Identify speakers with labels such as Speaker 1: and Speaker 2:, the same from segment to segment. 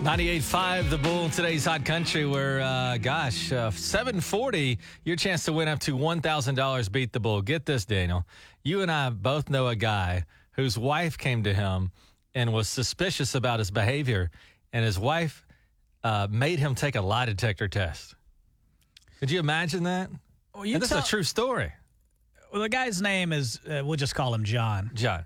Speaker 1: 98.5 The Bull, today's hot country, where, uh, gosh, uh, 740, your chance to win up to $1,000 beat the bull. Get this, Daniel. You and I both know a guy whose wife came to him and was suspicious about his behavior, and his wife uh, made him take a lie detector test. Could you imagine that?
Speaker 2: Well, you
Speaker 1: and this
Speaker 2: tell,
Speaker 1: is a true story,
Speaker 2: well, the guy's name is, uh, we'll just call him John.
Speaker 1: John.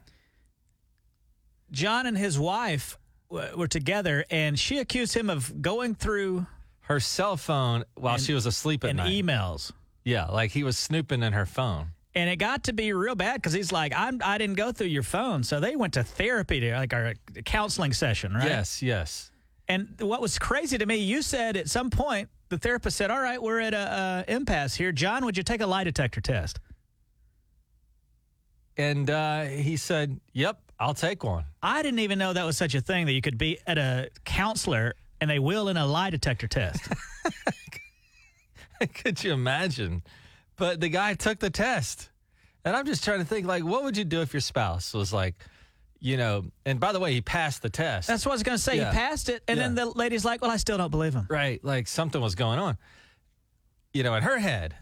Speaker 2: John and his wife w- were together, and she accused him of going through
Speaker 1: Her cell phone while she was asleep at
Speaker 2: and e
Speaker 1: night.
Speaker 2: emails.
Speaker 1: yeah, like he was snooping in her phone.
Speaker 2: And it got to be real bad because he's like, I'm, I didn't go through your phone. So they went to therapy, to like our counseling session, right?
Speaker 1: Yes, yes.
Speaker 2: And what was crazy to me, you said at some point, the therapist said, All right, we're at a, a impasse here. John, would you take a lie detector test?
Speaker 1: And uh, he said, Yep, I'll take one.
Speaker 2: I didn't even know that was such a thing that you could be at a counselor and they will in a lie detector test.
Speaker 1: Could you imagine? But the guy took the test. And I'm just trying to think, like, what would you do if your spouse was like, you know, and by the way, he passed the test.
Speaker 2: That's what I was going to say.
Speaker 1: Yeah.
Speaker 2: He passed it. And then
Speaker 1: Yeah.
Speaker 2: the lady's like, Well, I still don't believe him.
Speaker 1: right. Like something was going on, you know, in her head.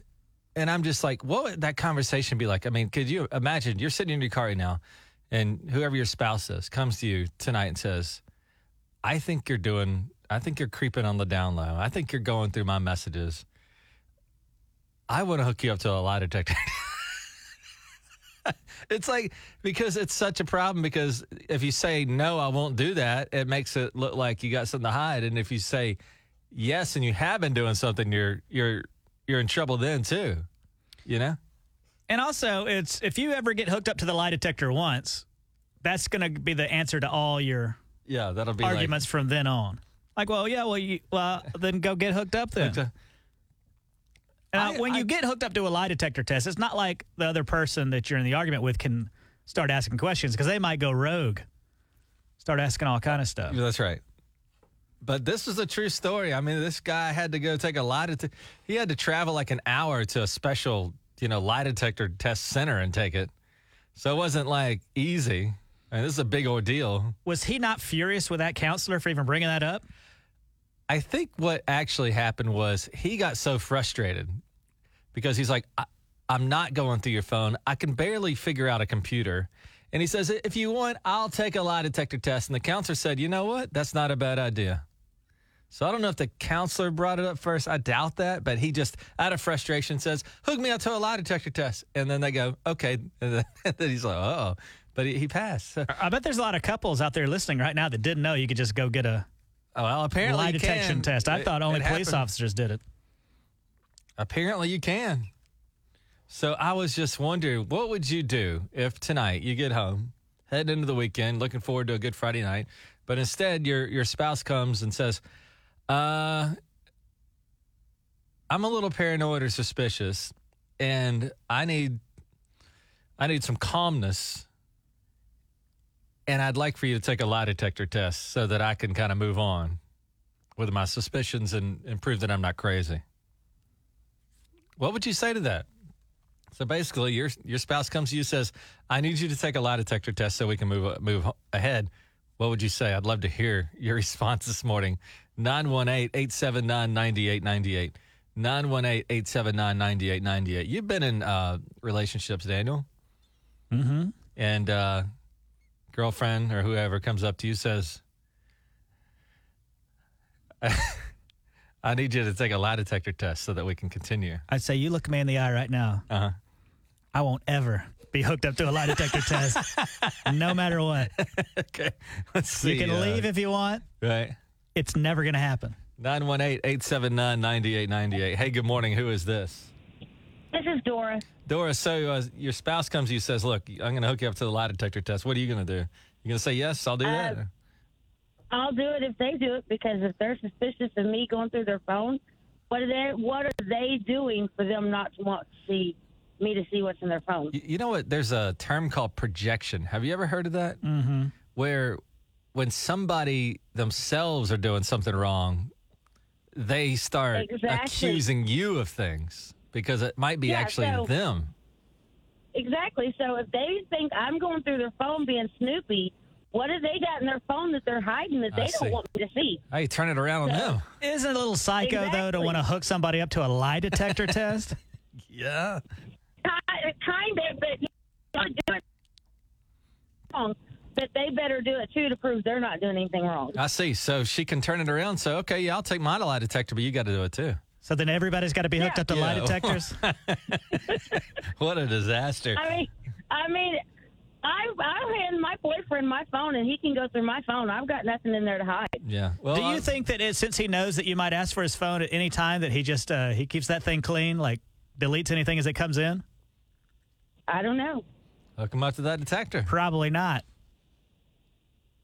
Speaker 1: And I'm just like, what would that conversation be like? I mean, could you imagine you're sitting in your car right now and whoever your spouse is comes to you tonight and says, I think you're doing, I think you're creeping on the down low. I think you're going through my messages. I want to hook you up to a lie detector. it's like, because it's such a problem. Because if you say, no, I won't do that, it makes it look like you got something to hide. And if you say yes and you have been doing something, you're, you're, you're in trouble then too. You know?
Speaker 2: And also, it's if you ever get hooked up to the lie detector once, that's going to be the answer to all your
Speaker 1: Yeah, that'll be like-
Speaker 2: arguments from then on. Like, well, yeah, well, you, well, then go get hooked up then. Now,
Speaker 1: I-
Speaker 2: when
Speaker 1: I-
Speaker 2: you get hooked up to a lie detector test, it's not like the other person that you're in the argument with can start asking questions because they might go rogue, start asking all kind of stuff.
Speaker 1: Yeah, That's right. But this is a true story. I mean, this guy had to go take a lie detector. He had to travel like an hour to a special, you know, lie detector test center and take it. So it wasn't like easy. I mean, this is a big ordeal.
Speaker 2: Was he not furious with that counselor for even bringing that up?
Speaker 1: I think what actually happened was he got so frustrated because he's like, I, I'm not going through your phone. I can barely figure out a computer. And he says, If you want, I'll take a lie detector test. And the counselor said, You know what? That's not a bad idea. So I don't know if the counselor brought it up first. I doubt that. But he just, out of frustration, says, Hook me up to a lie detector test. And then they go, Okay. And then he's like, Oh. But he, he passed. So-
Speaker 2: I bet there's a lot of couples out there listening right now that didn't know you could just go get a
Speaker 1: well, apparently,
Speaker 2: lie
Speaker 1: you
Speaker 2: detection
Speaker 1: can.
Speaker 2: test. I
Speaker 1: It-
Speaker 2: thought only
Speaker 1: it
Speaker 2: police
Speaker 1: happened.
Speaker 2: officers did it.
Speaker 1: Apparently, you can. So I was just wondering, what would you do if tonight you get home, heading into the weekend, looking forward to a good Friday night, but instead your your spouse comes and says, "Uh, I'm a little paranoid or suspicious, and I need I need some calmness, and I'd like for you to take a lie detector test so that I can kind of move on with my suspicions and, and prove that I'm not crazy." What would you say to that? So basically, your your spouse comes to you says, "I need you to take a lie detector test so we can move move ahead." What would you say? I'd love to hear your response this morning. 918-879-9898. 918-879-9898. You've been in uh, relationships, Daniel,
Speaker 2: Mm-hmm.
Speaker 1: and uh, girlfriend or whoever comes up to you says, "I need you to take a lie detector test so that we can continue."
Speaker 2: I'd say you look me in the eye right now.
Speaker 1: Uh-huh.
Speaker 2: I won't ever be hooked up to a lie detector test, no matter what.
Speaker 1: Okay. Let's see.
Speaker 2: You can
Speaker 1: uh,
Speaker 2: leave if you want.
Speaker 1: Right.
Speaker 2: It's never going to happen.
Speaker 1: 918 879 9898. Hey, good morning. Who is this?
Speaker 3: This is Doris.
Speaker 1: Doris, so uh, your spouse comes to you says, Look, I'm going to hook you up to the lie detector test. What are you going to do? You going to say, Yes, I'll do that?
Speaker 3: Uh, I'll do it if they do it because if they're suspicious of me going through their phone, what are they what are they doing for them not to want to see me to see what's in their phone?
Speaker 1: You, you know what? There's a term called projection. Have you ever heard of that?
Speaker 2: Mm-hmm.
Speaker 1: Where when somebody themselves are doing something wrong, they start
Speaker 3: Exactly.
Speaker 1: accusing you of things because it might be
Speaker 3: Yeah,
Speaker 1: actually
Speaker 3: so-
Speaker 1: them.
Speaker 3: Exactly. So if they think I'm going through their phone being snoopy, What have they got in their phone that they're hiding that
Speaker 1: I
Speaker 3: they
Speaker 1: see.
Speaker 3: don't want me to see?
Speaker 1: Hey, turn it around on them.
Speaker 2: Isn't it a little psycho though to
Speaker 3: Exactly.
Speaker 2: want to hook somebody up to a lie detector test?
Speaker 1: Yeah.
Speaker 3: Ki- Kind of, but you're doing wrong. But they better do it too to prove they're not doing anything wrong.
Speaker 1: I see. So she can turn it around. So, okay, yeah, I'll take my lie detector, but you got to do it too.
Speaker 2: So then everybody's got to be hooked
Speaker 3: Yeah.
Speaker 2: up to lie
Speaker 1: Yeah.
Speaker 2: detectors.
Speaker 1: What a disaster.
Speaker 3: I mean, I mean, I I hand my boyfriend my phone and he can go through my phone. I've got nothing in there to hide.
Speaker 1: Yeah. Well,
Speaker 2: Do you
Speaker 1: I-
Speaker 2: think that it, since he knows that you might ask for his phone at any time, that he just uh, he keeps that thing clean, like deletes anything as it comes in?
Speaker 3: I don't know,
Speaker 1: hook them up to that detector?
Speaker 2: Probably not.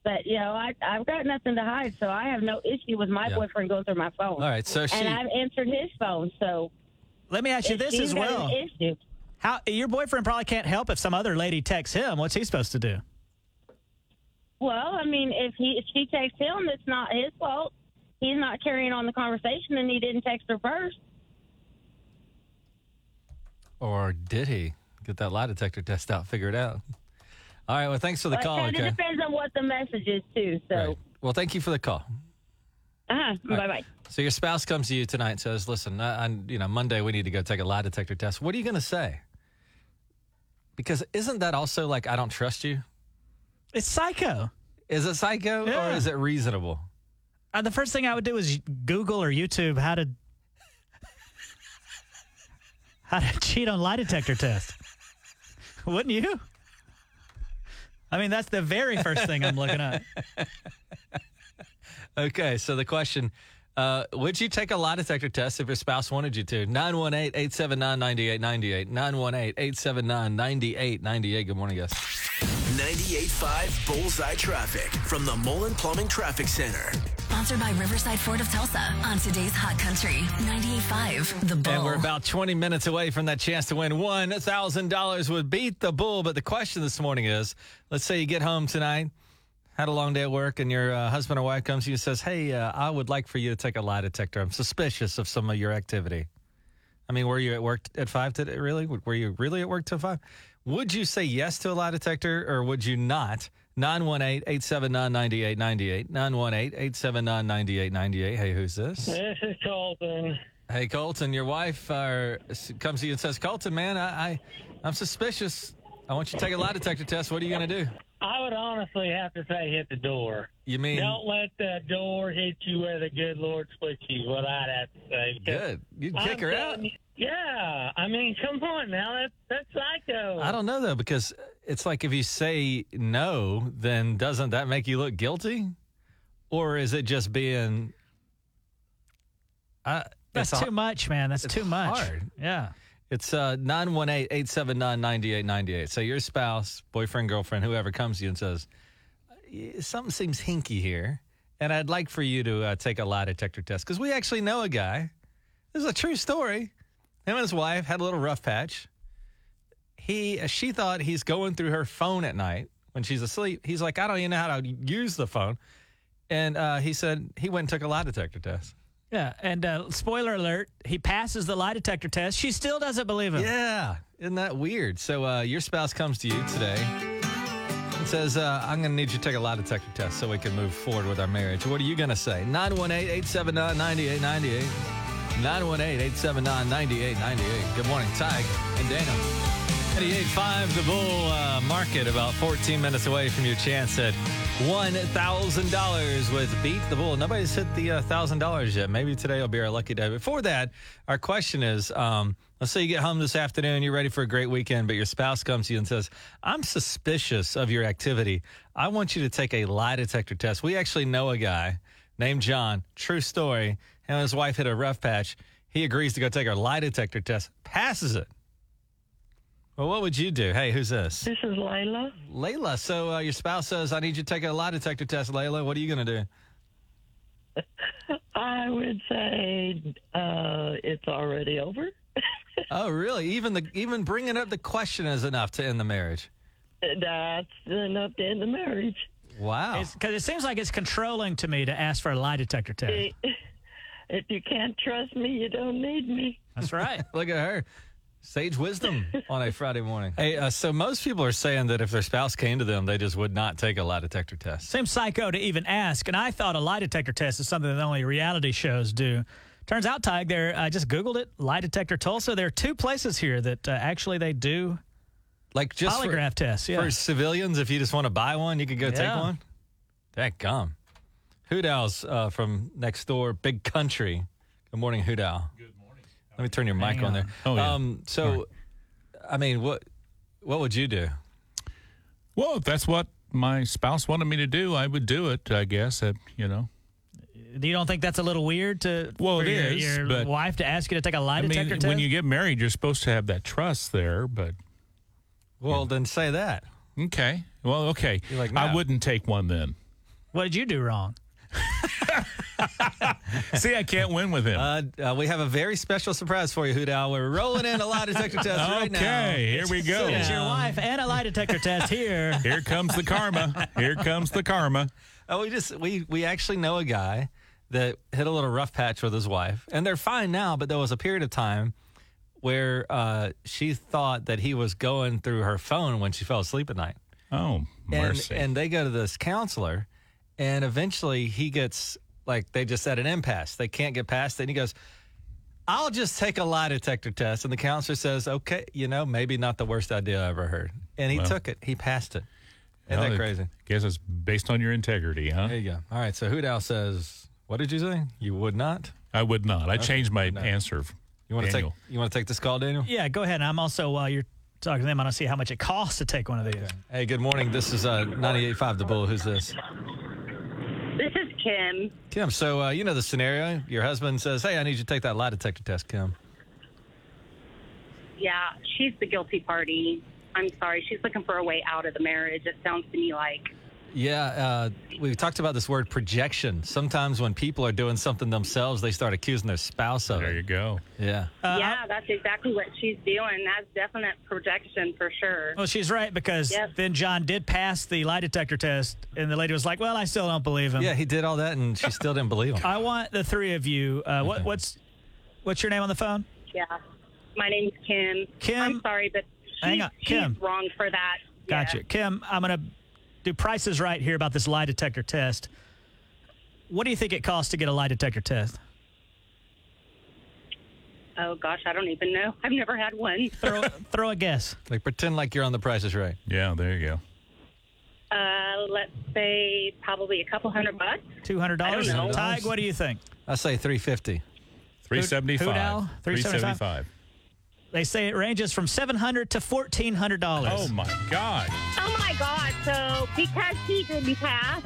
Speaker 3: but you know, I I've got nothing to hide, so I have no issue with my
Speaker 1: Yeah.
Speaker 3: boyfriend going through my phone.
Speaker 1: All right. So she.
Speaker 3: and I've answered his phone, so
Speaker 2: Let me ask you
Speaker 3: if
Speaker 2: this
Speaker 3: she's
Speaker 2: as
Speaker 3: got an
Speaker 2: well.
Speaker 3: Issue.
Speaker 2: How your boyfriend probably can't help if some other lady texts him. What's he supposed to do?
Speaker 3: Well, I mean, if he if she texts him, it's not his fault. He's not carrying on the conversation, and he didn't text her first.
Speaker 1: or did he get that lie detector test out, figure it out? All right. Well, thanks for the
Speaker 3: But
Speaker 1: call.
Speaker 3: kinda
Speaker 1: Okay.
Speaker 3: depends on what the message is too. So,
Speaker 1: Right. Well, thank you for the call.
Speaker 3: uh-huh. bye bye.
Speaker 1: So your spouse comes to you tonight and says, "Listen, I, I, you know, Monday we need to go take a lie detector test." What are you going to say? Because isn't that also like I don't trust you?
Speaker 2: It's psycho.
Speaker 1: Is it psycho
Speaker 2: Yeah.
Speaker 1: or is it reasonable?
Speaker 2: Uh, the first thing I would do is Google or YouTube how to how to cheat on lie detector test. Wouldn't you? I mean, that's the very first thing I'm looking up.
Speaker 1: Okay, so the question uh, Would you take a lie detector test if your spouse wanted you to? 918 879 9898. 918 879 9898. Good morning, guys.
Speaker 4: 98.5 Bullseye Traffic from the Mullen Plumbing Traffic Center.
Speaker 5: Sponsored by Riverside Ford of Tulsa on today's Hot Country 98.5 The Bull.
Speaker 1: And we're about 20 minutes away from that chance to win $1,000 with Beat the Bull. But the question this morning is let's say you get home tonight, had a long day at work, and your uh, husband or wife comes to you and says, Hey, uh, I would like for you to take a lie detector. I'm suspicious of some of your activity. I mean, were you at work at five today, really? Were you really at work till five? Would you say yes to a lie detector or would you not? 918 879 9898. 918 879 9898. Hey, who's this?
Speaker 6: This is Colton.
Speaker 1: Hey Colton, your wife uh, s- comes to you and says, "Colton, man, I, I, I'm suspicious. I want you to take a lie detector test. What are you going to do?"
Speaker 6: I would honestly have to say hit the door.
Speaker 1: You mean
Speaker 6: Don't let the door hit you where the good Lord splits you. is What I'd have to say. 'Cause
Speaker 1: good? You'd
Speaker 6: I'm
Speaker 1: kick her out.
Speaker 6: telling you- Yeah, I mean, come on now. That's that's psycho.
Speaker 1: I don't know though because it's like if you say no, then doesn't that make you look guilty, or is it just being? I,
Speaker 2: That's
Speaker 1: it's,
Speaker 2: too much, man. That's
Speaker 1: it's
Speaker 2: too much.
Speaker 1: hard.
Speaker 2: Yeah.
Speaker 1: It's uh nine one eight eight seven nine ninety eight ninety eight. So your spouse, boyfriend, girlfriend, whoever comes to you and says, "Eh, "Something seems hinky here," and I'd like for you to uh, take a lie detector test because we actually know a guy. This is a true story. Him and his wife had a little rough patch. He, uh, she thought he's going through her phone at night when she's asleep. He's like, "I don't even know how to use the phone," and uh, he said he went and took a lie detector test.
Speaker 2: Yeah. And uh, spoiler alert, he passes the lie detector test. She still doesn't believe him.
Speaker 1: Yeah, isn't that weird? So uh, your spouse comes to you today and says, uh, "I'm going to need you to take a lie detector test so we can move forward with our marriage." What are you going to say? 918-879-9898. 918-879-9898. Good morning, Tig and Dana. 98.5 The Bull uh, Market, about 14 minutes away from your chance at $1,000 with Beat the Bull. Nobody's hit the uh, $1,000 yet. Maybe today will be our lucky day. Before that, our question is um, let's say you get home this afternoon, you're ready for a great weekend, but your spouse comes to you and says, I'm suspicious of your activity. I want you to take a lie detector test. We actually know a guy named John. True story. Him and his wife hit a rough patch. He agrees to go take a lie detector test, passes it. Well, what would you do? Hey, who's this?
Speaker 7: This is Layla.
Speaker 1: Layla. So uh, your spouse says, I need you to take a lie detector test, Layla. What are you going to do?
Speaker 7: I would say uh, it's already over.
Speaker 1: oh, really? Even the even bringing up the question is enough to end the marriage.
Speaker 7: That's enough to end the marriage.
Speaker 1: Wow.
Speaker 2: Because it seems like it's controlling to me to ask for a lie detector test.
Speaker 7: If you can't trust me, you don't need me.
Speaker 2: That's right.
Speaker 1: Look at her. Sage wisdom on a Friday morning. Hey, uh, so most people are saying that if their spouse came to them, they just would not take a lie detector test.
Speaker 2: Seems psycho to even ask. And I thought a lie detector test is something that only reality shows do. Turns out, Tig, there. I just googled it. Lie detector Tulsa. There are two places here that uh, actually they do
Speaker 1: Like just for-
Speaker 2: polygraph tests. Yeah.
Speaker 1: for civilians, if you just want to buy one, you could go take
Speaker 2: Yeah.
Speaker 1: one. That gum. Hoodows uh, from next door, Big Country. Good morning, Hoodow. Good morning. Let me turn your mic
Speaker 2: Hang
Speaker 1: on. there.
Speaker 8: Oh, yeah.
Speaker 1: Um, so, I mean, what what would you do?
Speaker 8: Well, if that's what my spouse wanted me to do, I would do it. I guess. Uh, you know.
Speaker 2: you don't think that's a little weird to
Speaker 8: Well,
Speaker 2: for
Speaker 8: it
Speaker 2: your,
Speaker 8: is,
Speaker 2: your
Speaker 8: but-
Speaker 2: wife to ask you to take a lie
Speaker 8: I
Speaker 2: detector
Speaker 8: mean,
Speaker 2: test?
Speaker 8: when you get married, you're supposed to have that trust there. But
Speaker 1: Well, then say that.
Speaker 8: okay. Well, okay.
Speaker 1: You're like,
Speaker 8: I
Speaker 1: no.
Speaker 8: wouldn't take one then.
Speaker 2: what did you do wrong?
Speaker 8: See, I can't win with him.
Speaker 1: Uh, uh, we have a very special surprise for you, Hoodow. We're rolling in a lie detector test right now.
Speaker 8: okay. Here we go.
Speaker 2: It's your
Speaker 1: Um,
Speaker 2: wife and a lie detector test here.
Speaker 8: Here comes the karma. Here comes the karma.
Speaker 1: Oh, we just we we actually know a guy that hit a little rough patch with his wife, and they're fine now. But there was a period of time where uh, she thought that he was going through her phone when she fell asleep at night.
Speaker 8: Oh,
Speaker 1: And,
Speaker 8: mercy.
Speaker 1: and they go to this counselor, and eventually he gets like they just at an impasse. They can't get past it. And he goes, "I'll just take a lie detector test." And the counselor says, "Okay, you know, maybe not the worst idea I ever heard." And he took it. He passed it. Isn't
Speaker 8: Well,
Speaker 1: that
Speaker 8: I
Speaker 1: crazy?
Speaker 8: Guess it's based on your integrity, huh?
Speaker 1: There you go. All right. So Hoodow says, "What did you say? You would not?
Speaker 8: I would not. I changed my answer.
Speaker 1: You want to take?
Speaker 8: Daniel.
Speaker 1: You want to take this call, Daniel?
Speaker 2: Yeah, go ahead. And I'm also while you're talking to them, I don't see how much it costs to take one of these.
Speaker 1: Hey, good morning. This is uh, 98.5 The Bull. Who's this?
Speaker 3: This is Kim.
Speaker 1: Kim. So uh, you know the scenario. Your husband says, "Hey, I need you to take that lie detector test, Kim."
Speaker 9: Yeah, she's the guilty party. I'm sorry. She's looking for a way out of the marriage. It sounds to me like
Speaker 1: Yeah, uh, we've talked about this word projection. Sometimes when people are doing something themselves, they start accusing their spouse of
Speaker 8: There you
Speaker 1: it.
Speaker 8: go.
Speaker 1: Yeah.
Speaker 6: Uh-huh.
Speaker 9: yeah, that's exactly what she's doing. That's definite projection for sure.
Speaker 2: Well, she's right because
Speaker 9: Yes.
Speaker 2: then John did pass the lie detector test, and the lady was like, "Well, I still don't believe him."
Speaker 1: Yeah, he did all that, and she still didn't believe him.
Speaker 2: I want the three of you. Uh, what, what's what's your name on the phone?
Speaker 9: Yeah. My name's Kim.
Speaker 2: Kim?
Speaker 9: I'm sorry, but she,
Speaker 2: Hang on, Kim.
Speaker 9: she's wrong for that. Yeah.
Speaker 2: Gotcha, Kim. I'm gonna do prices right here about this lie detector test. What do you think it costs to get a lie detector test?
Speaker 9: Oh gosh, I don't even know. I've never had one.
Speaker 2: Throw, throw a guess.
Speaker 1: Like pretend like you're on The Price Is Right.
Speaker 8: Yeah, there you go.
Speaker 9: Uh, let's say probably a couple hundred bucks.
Speaker 2: Two hundred dollars.
Speaker 9: I don't know.
Speaker 2: Tig, what do you think?
Speaker 1: I say three fifty.
Speaker 8: Three seventy-five.
Speaker 2: Hoodow? 375? They say it ranges from seven hundred to fourteen hundred dollars.
Speaker 8: Oh my God!
Speaker 3: Oh my God! So because he didn't pass,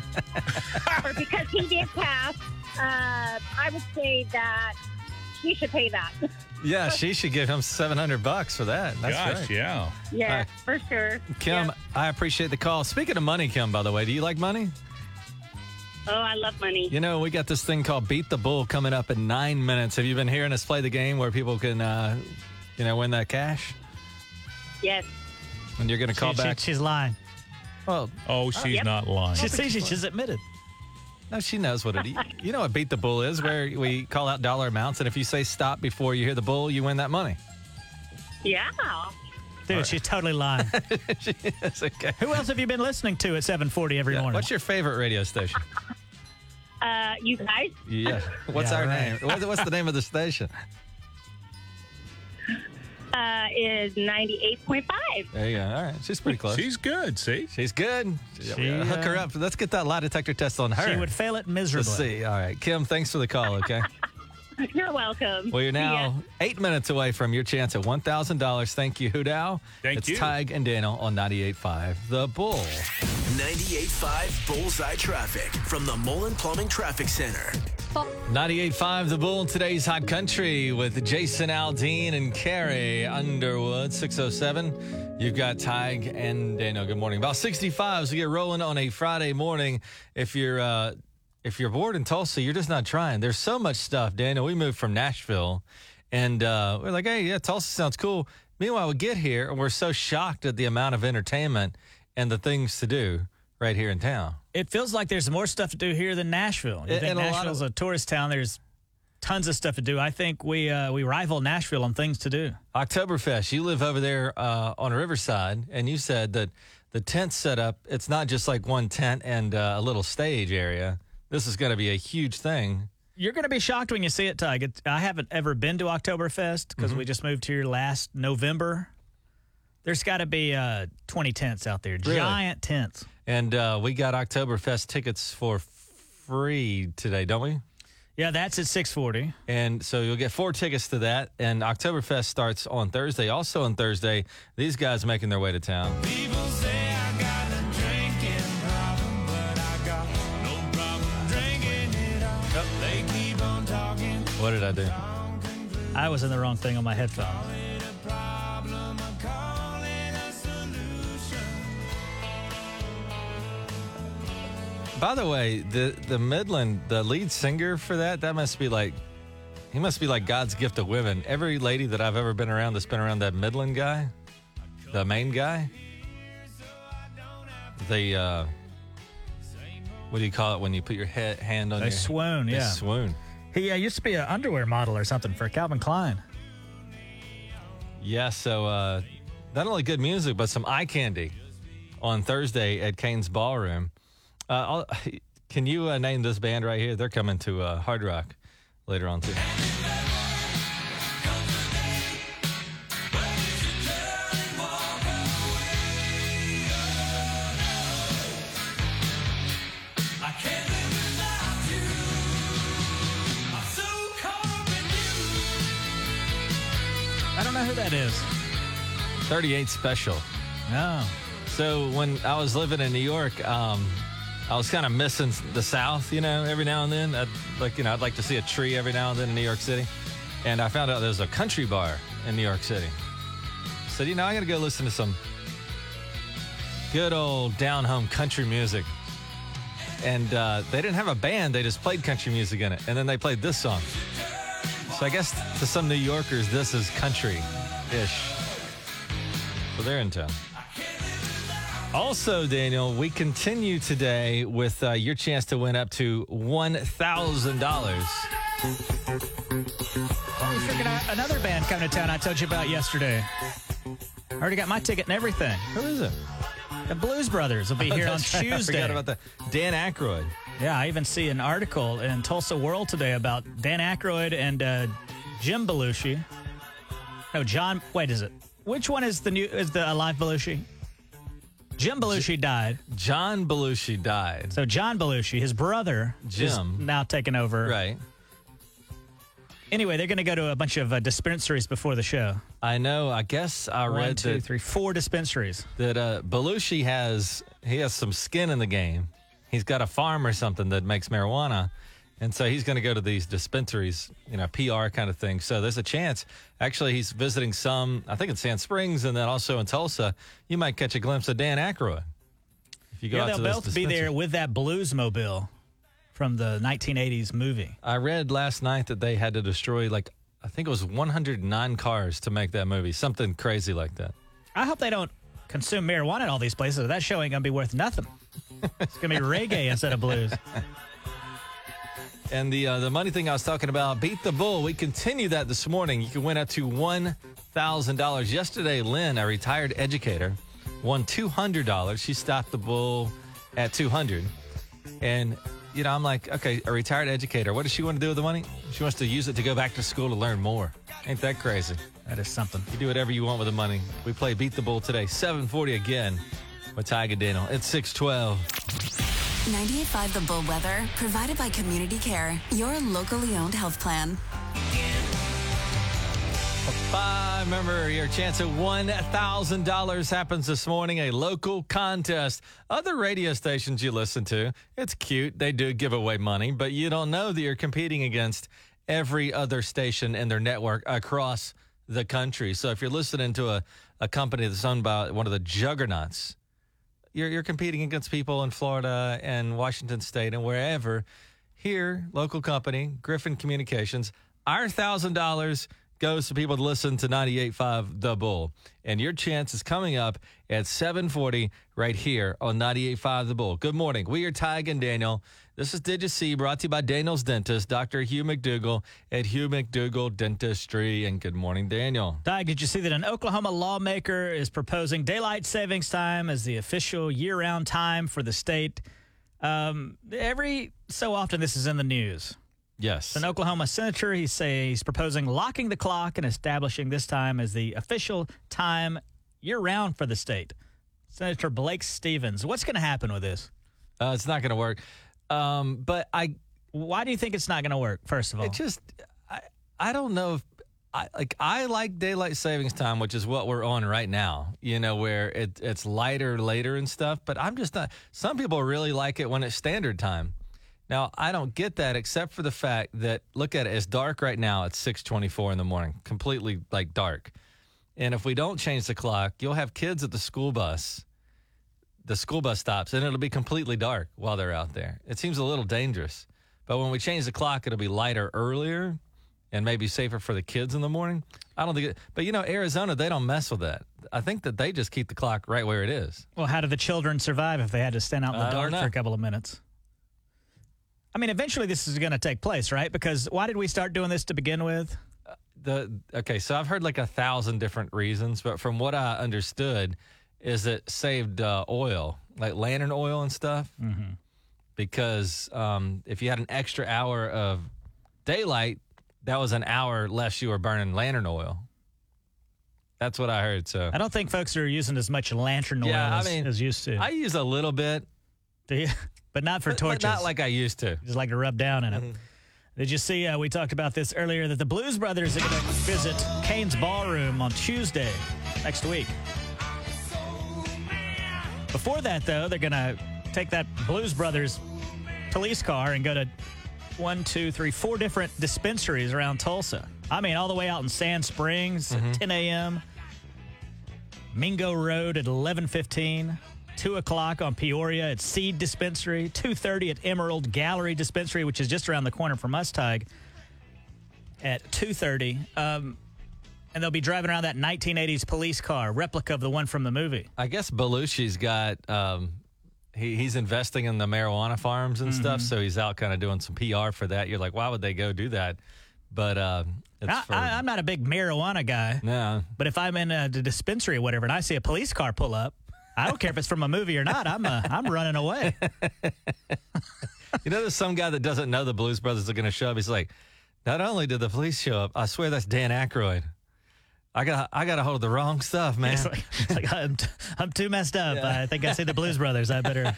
Speaker 3: or because he did pass, uh, I would say that he should pay that.
Speaker 1: Yeah, she should give him seven hundred bucks for that. That's
Speaker 8: Gosh,
Speaker 1: right.
Speaker 8: yeah.
Speaker 9: Yeah,
Speaker 1: Alright.
Speaker 9: for sure.
Speaker 1: Kim, I appreciate the call. Speaking of money, Kim, by the way, do you like money?
Speaker 9: Oh, I love money.
Speaker 1: You know, we got this thing called Beat the Bull coming up in nine minutes. Have you been hearing us play the game where people can, uh, you know, win that cash?
Speaker 9: Yes.
Speaker 1: And you're going to
Speaker 2: She-
Speaker 1: call
Speaker 2: she-
Speaker 1: back.
Speaker 2: she's lying.
Speaker 1: well,
Speaker 8: Oh, she's not lying.
Speaker 2: She sees she's admitted.
Speaker 1: no, she knows what it is. You know what Beat the Bull is, where we call out dollar amounts, and if you say stop before you hear the bull, you win that money.
Speaker 9: Yeah.
Speaker 2: Dude, she's totally lying.
Speaker 1: That's okay.
Speaker 2: Who else have you been listening to at 7:40 every morning?
Speaker 1: What's your favorite radio station?
Speaker 9: Uh, you guys,
Speaker 1: Yeah. What's
Speaker 2: Yeah,
Speaker 1: our
Speaker 2: right.
Speaker 1: name? What- What's the name of the station?
Speaker 9: uh, is 98.5.
Speaker 1: There you go. All right. She's pretty close.
Speaker 8: She's good. See,
Speaker 1: She's good.
Speaker 2: She,
Speaker 1: Hook her
Speaker 2: uh,
Speaker 1: up. Let's get that lie detector test on her.
Speaker 2: she would fail it miserably.
Speaker 1: Let's see. All right. Kim, thanks for the call, okay?
Speaker 9: You're welcome.
Speaker 1: well, you're
Speaker 9: See ya.
Speaker 1: now eight minutes away from your chance at $1,000. Thank you, Hoodow.
Speaker 8: Thank
Speaker 1: it's
Speaker 8: you.
Speaker 1: It's Tig and Daniel on 98.5 The Bull.
Speaker 4: 98.5 Bullseye Traffic from the Mullen Plumbing Traffic Center.
Speaker 1: 98.5 The Bull, today's Hot Country with Jason Aldean and Carrie Underwood, 607. You've got Tig and Daniel. Good morning. About 65, so get rolling on a Friday morning. If you're, uh, if you're bored in Tulsa, you're just not trying. There's so much stuff, Daniel. We moved from Nashville and uh, we're like, hey, yeah, Tulsa sounds cool. Meanwhile, we get here and we're so shocked at the amount of entertainment and the things to do right here in town.
Speaker 2: It feels like there's more stuff to do here than Nashville. You
Speaker 1: And-
Speaker 2: think
Speaker 1: and a lot of-
Speaker 2: Nashville's a, tourist town. There's tons of stuff to do. I think we uh, we rival Nashville on things to do.
Speaker 1: Oktoberfest. You live over there uh, on Riverside, and you said that the tent setup. It's not just like one tent and uh, a little stage area. This is going to be a huge thing.
Speaker 2: You're going to be shocked when you see it, Tug. It, I haven't ever been to Oktoberfest because we just moved here last November. There's got to be uh, 20 tents out there,
Speaker 1: Really?
Speaker 2: giant tents.
Speaker 1: And uh, we got Oktoberfest tickets for free today, don't we?
Speaker 2: Yeah, that's at 640.
Speaker 1: And so you'll get four tickets to that. And Oktoberfest starts on Thursday. Also on Thursday, these guys making their way to town. What did I do?
Speaker 2: I was in the wrong thing on my headphones.
Speaker 1: By the way, the the Midland, the lead singer for that, that must be like he must be like God's gift to women. Every lady that I've ever been around that's been around that Midland guy, the main guy, the uh, what do you call it when you put your head hand on
Speaker 2: They
Speaker 1: your
Speaker 2: swoon,
Speaker 1: They
Speaker 2: yeah.
Speaker 1: swoon.
Speaker 2: He uh, used to be an underwear model or something for Calvin Klein.
Speaker 1: Yeah, so uh, not only good music, but some eye candy on Thursday at Kane's Ballroom. Uh, I'll, can you uh, name this band right here? They're coming to uh, Hard Rock later on, too.
Speaker 2: I don't know who that is.
Speaker 1: 38 Special.
Speaker 2: No.
Speaker 1: So when I was living in New York, um, I was kind of missing the South, you know, every now and then. I'd, like, you know, I'd like to see a tree every now and then in New York City. And I found out there's a country bar in New York City. So, you know, I got to go listen to some good old down home country music. And uh, they didn't have a band, they just played country music in it. And then they played this song. So I guess to some New Yorkers, this is country ish. So they're in town. Also, Daniel, we continue today with uh, your chance to win up to one thousand dollars.
Speaker 2: Oh, you're thinking of another band coming to town I told you about yesterday. I already got my ticket and everything.
Speaker 1: Who is it?
Speaker 2: The Blues Brothers will be here on
Speaker 1: That's right, I
Speaker 2: Tuesday.
Speaker 1: forgot about that. Dan Aykroyd.
Speaker 2: Yeah, I even see an article in Tulsa World today about Dan Aykroyd and uh, Jim Belushi. No, John. Wait, is it? Which one is the new? Is the alive Belushi? Jim Belushi died.
Speaker 1: John Belushi died.
Speaker 2: So John Belushi, his brother, is
Speaker 1: Jim.
Speaker 2: now taking over.
Speaker 1: Right.
Speaker 2: Anyway, they're going to go to a bunch of uh, dispensaries before the show.
Speaker 1: I know. I guess I
Speaker 2: One,
Speaker 1: read
Speaker 2: two,
Speaker 1: that,
Speaker 2: three, four dispensaries.
Speaker 1: that uh, Belushi has he has some skin in the game. He's got a farm or something that makes marijuana, and so he's going to go to these dispensaries, you know, PR kind of thing. So there's a chance. Actually, he's visiting some. I think in Sand Springs, and then also in Tulsa. You might catch a glimpse of Dan Aykroyd if you go
Speaker 2: Yeah,
Speaker 1: out to
Speaker 2: they'll
Speaker 1: this
Speaker 2: both be there
Speaker 1: dispensary.
Speaker 2: with that blues mobile from the 1980s movie.
Speaker 1: I read last night that they had to destroy like I think it was 109 cars to make that movie. Something crazy like that.
Speaker 2: I hope they don't consume marijuana at all these places. That show ain't gonna be worth nothing. It's gonna be reggae instead of blues.
Speaker 1: And the uh, the money thing I was talking about, beat the bull. We continue that this morning. You can win up to one thousand dollars. Yesterday, Lynn, a retired educator, won two hundred dollars. She stopped the bull at two hundred, and you know I'm like, okay, a retired educator. What does she want to do with the money? She wants to use it to go back to school to learn more. Ain't that crazy?
Speaker 2: That is something.
Speaker 1: You do whatever you want with the money. We play beat the bull today, seven forty again with Tiger Daniel. It's six twelve.
Speaker 5: 98.5 The Bull Weather, provided by Community Care, your locally owned health plan.
Speaker 1: Five member, your chance at $1,000 happens this morning, a local contest. Other radio stations you listen to, it's cute. They do give away money, but you don't know that you're competing against every other station in their network across the country. So if you're listening to a, a company that's owned by one of the juggernauts, you're, you're competing against people in Florida and Washington State and wherever. Here, local company, Griffin Communications, our thousand dollars, goes to people to listen to 98.5 The Bull. And your chance is coming up at 740 right here on 98.5 The Bull. Good morning. We are Tig and Daniel. This is Digit C, brought to you by Daniel's Dentist, Dr. Hugh McDougall at Hugh McDougall Dentistry. And good morning, Daniel.
Speaker 2: Doug, did you see that an Oklahoma lawmaker is proposing daylight savings time as the official year round time for the state? Um, every so often, this is in the news.
Speaker 1: Yes.
Speaker 2: An Oklahoma senator, he says he's proposing locking the clock and establishing this time as the official time year round for the state. Senator Blake Stevens, what's going to happen with this?
Speaker 1: Uh, it's not going to work. Um, but I
Speaker 2: Why do you think it's not going to work, first of all?
Speaker 1: It just, I, I don't know if I like. I like daylight savings time, which is what we're on right now. You know, where it, it's lighter later and stuff. But I'm just not. Some people really like it when it's standard time. Now I don't get that, except for the fact that look at it. It's dark right now. It's 6:24 in the morning, completely like dark. And if we don't change the clock, you'll have kids at the school bus. The school bus stops, and it'll be completely dark while they're out there. It seems a little dangerous. But when we change the clock, it'll be lighter earlier and maybe safer for the kids in the morning. I don't think it, but you know, Arizona, they don't mess with that. I think that they just keep the clock right where it is.
Speaker 2: Well, how do the children survive if they had to stand out in the
Speaker 1: I don't
Speaker 2: dark
Speaker 1: know.
Speaker 2: for a couple of minutes? I mean, eventually this is going to take place, right? Because why did we start doing this to begin with?
Speaker 1: The okay, so I've heard like a thousand different reasons, but from what I understood, is it saved uh, oil, like lantern oil and stuff, mm-hmm. because um, if you had an extra hour of daylight, that was an hour less you were burning lantern oil. That's what I heard. So
Speaker 2: I don't think folks are using as much lantern oil
Speaker 1: Yeah, I
Speaker 2: as,
Speaker 1: mean,
Speaker 2: as used to.
Speaker 1: I use a little bit
Speaker 2: Do you? But not for
Speaker 1: but-
Speaker 2: torches.
Speaker 1: but not like I used to.
Speaker 2: just like to rub down in it. Did you see? Uh, we talked about this earlier that the Blues Brothers are going to visit Kane's Ballroom on Tuesday next week. Before that, though, they're going to take that Blues Brothers police car and go to one, two, three, four different dispensaries around Tulsa. I mean, all the way out in Sand Springs at 10 a.m., Mingo Road at 11:15. 2 o'clock on Peoria at Seed Dispensary, 2.30 at Emerald Gallery Dispensary, which is just around the corner from us, Tig, at 2.30. Um, and they'll be driving around that 1980s police car, replica of the one from the movie.
Speaker 1: I guess Belushi's got um, he, he's investing in the marijuana farms and stuff,
Speaker 2: Mm-hmm.
Speaker 1: so he's out kind of doing some PR for that. You're like, why would they go do that? But um, it's
Speaker 2: I,
Speaker 1: for
Speaker 2: I, I'm not a big marijuana guy,
Speaker 1: no.
Speaker 2: but if I'm in a d- dispensary or whatever and I see a police car pull up, I don't care if it's from a movie or not. I'm uh, I'm running away.
Speaker 1: You know, there's some guy that doesn't know the Blues Brothers are going to show up. He's like, not only did the police show up, I swear that's Dan Aykroyd. I got I got a hold of the wrong stuff, man.
Speaker 2: It's like, it's like, I'm, t- I'm too messed up. I think I see the Blues Brothers. I better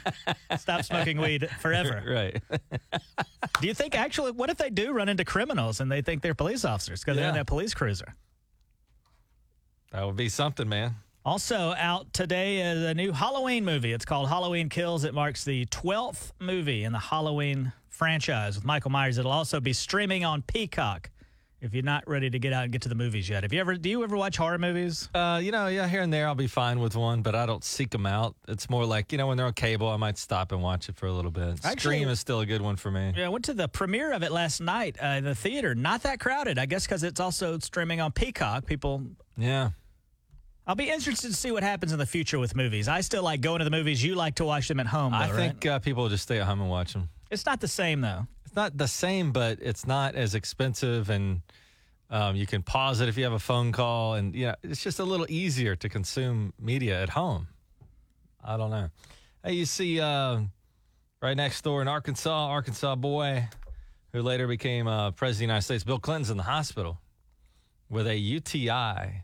Speaker 2: stop smoking weed forever.
Speaker 1: right.
Speaker 2: Do you think actually? What if they do run into criminals and they think they're police officers because they're in
Speaker 1: Yeah.
Speaker 2: that police cruiser?
Speaker 1: That would be something, man.
Speaker 2: Also out today is a new Halloween movie. It's called Halloween Kills. It marks the twelfth movie in the Halloween franchise with Michael Myers. It'll also be streaming on Peacock. If you're not ready to get out and get to the movies yet, have you ever? Do you ever watch horror movies?
Speaker 1: Uh, you know, yeah, here and there I'll be fine with one, but I don't seek them out. It's more like, you know, when they're on cable, I might stop and watch it for a little bit.
Speaker 2: Actually-
Speaker 1: Scream is still a good one for me.
Speaker 2: Yeah, I went to the premiere of it last night uh, in the theater. Not that crowded, I guess, because it's also streaming on Peacock. People,
Speaker 1: Yeah.
Speaker 2: I'll be interested to see what happens in the future with movies. I still like going to the movies. You like to watch them at home. Though,
Speaker 1: I
Speaker 2: right?
Speaker 1: think uh, people will just stay at home and watch them.
Speaker 2: it's not the same though.
Speaker 1: It's not the same, but it's not as expensive, and um, you can pause it if you have a phone call, and you know, it's just a little easier to consume media at home. I don't know. Hey, you see, uh, right next door in Arkansas, Arkansas boy who later became uh, president of the United States, Bill Clinton's in the hospital with a UTI.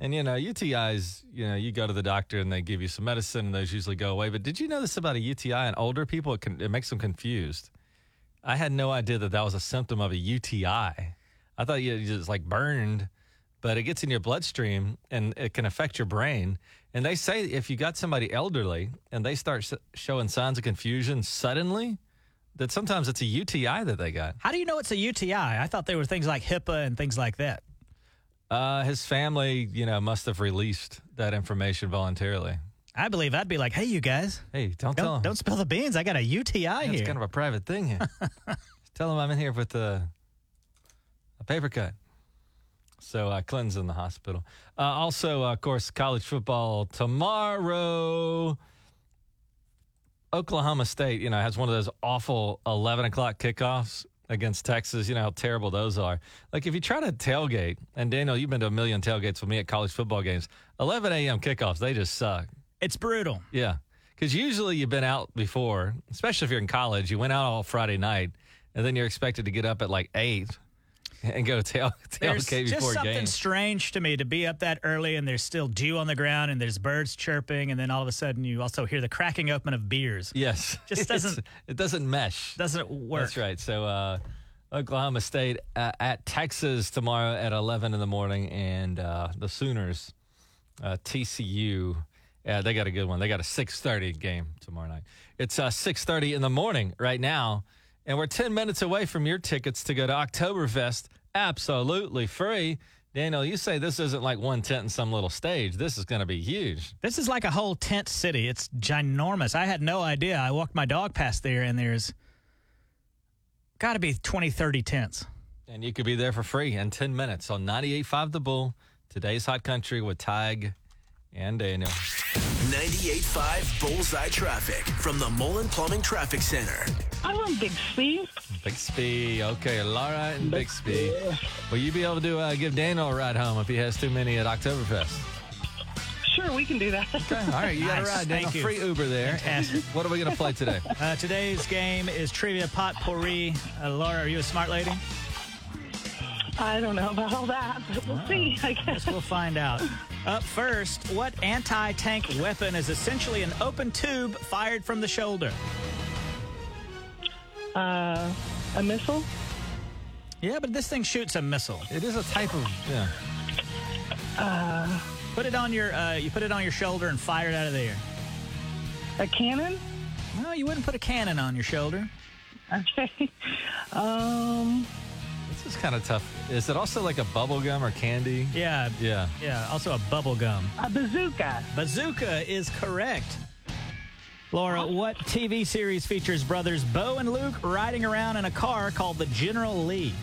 Speaker 1: And you know, UTIs, you know, you go to the doctor and they give you some medicine and those usually go away. But did you know this about a UTI in older people? It, can, it makes them confused. I had no idea that that was a symptom of a UTI. I thought you you just like burned, but it gets in your bloodstream and it can affect your brain. And they say if you got somebody elderly and they start s- showing signs of confusion suddenly, that sometimes it's a UTI that they got.
Speaker 2: How do you know it's a UTI? I thought there were things like HIPAA and things like that.
Speaker 1: Uh, his family, you know, must have released that information voluntarily.
Speaker 2: I believe I'd be like, hey, you guys,
Speaker 1: Hey, don't, tell
Speaker 2: don't,
Speaker 1: him.
Speaker 2: don't spill the beans. I got a UTI
Speaker 1: It's
Speaker 2: here.
Speaker 1: kind of a private thing uh, here. tell him I'm in here with a, a paper cut. So uh, Clinton's in the hospital. Uh, also, uh, of course, college football tomorrow. Oklahoma State, you know, has one of those awful 11 o'clock kickoffs against Texas. You know how terrible those are. Like, if you try to tailgate, and Daniel, you've been to a million tailgates with me at college football games, 11 a.m. kickoffs, they just suck.
Speaker 2: It's brutal.
Speaker 1: Yeah. Because usually you've been out before, especially if you're in college, you went out all Friday night, and then you're expected to get up at like 8 and go tail,
Speaker 2: There's
Speaker 1: tailgate
Speaker 2: just
Speaker 1: before
Speaker 2: something
Speaker 1: games.
Speaker 2: strange to me to be up that early and there's still dew on the ground and there's birds chirping and then all of a sudden you also hear the cracking open of beers.
Speaker 1: Yes.
Speaker 2: Just
Speaker 1: It's-
Speaker 2: doesn't-
Speaker 1: it doesn't mesh.
Speaker 2: Doesn't work.
Speaker 1: That's right. So uh, Oklahoma State uh, at Texas tomorrow at 11 in the morning, and uh, the Sooners, uh, TCU. Yeah, they got a good one. They got a 6:30 game tomorrow night. It's uh, 6:30 in the morning right now, and we're 10 minutes away from your tickets to go to Oktoberfest, absolutely free. Daniel, you say this isn't like one tent and some little stage. This is going to be huge.
Speaker 2: This is like a whole tent city. It's ginormous. I had no idea. I walked my dog past there and there's got to be 20, 30 tents.
Speaker 1: And you could be there for free in 10 minutes on 98.5 The Bull, today's hot country with Tig and Daniel.
Speaker 4: 98.5 Bullseye Traffic from the Mullen Plumbing Traffic Center.
Speaker 7: I want Big Steve.
Speaker 1: Bixby. Okay, Laura and Bixby. Will you be able to uh, give Daniel a ride home if he has too many at Oktoberfest?
Speaker 7: Sure, we can do that.
Speaker 1: Okay, all right, you got a
Speaker 2: Nice,
Speaker 1: ride, Daniel.
Speaker 2: thank you.
Speaker 1: Free Uber there.
Speaker 2: Fantastic.
Speaker 1: What are we going to play today?
Speaker 2: Uh, today's game is Trivia Potpourri. Uh, Laura, are you a smart lady?
Speaker 7: I don't know about all that, but we'll see. I guess.
Speaker 2: Guess we'll find out. Up first, what anti tank weapon is essentially an open tube fired from the shoulder?
Speaker 7: Uh, a missile.
Speaker 2: Yeah, but this thing shoots a missile.
Speaker 1: It is a type of. Yeah.
Speaker 2: Put it on your uh, you put it on your shoulder and fire it out of the air.
Speaker 7: A cannon.
Speaker 2: No, you wouldn't put a cannon on your shoulder.
Speaker 7: Okay. Um,
Speaker 1: This is kind of tough. Is it also like a bubble gum or candy?
Speaker 2: Yeah,
Speaker 1: Yeah.
Speaker 2: yeah. Also a bubble gum.
Speaker 7: a bazooka.
Speaker 2: Bazooka is correct. Laura, what TV series features brothers Bo and Luke riding around in a car called the General Lee?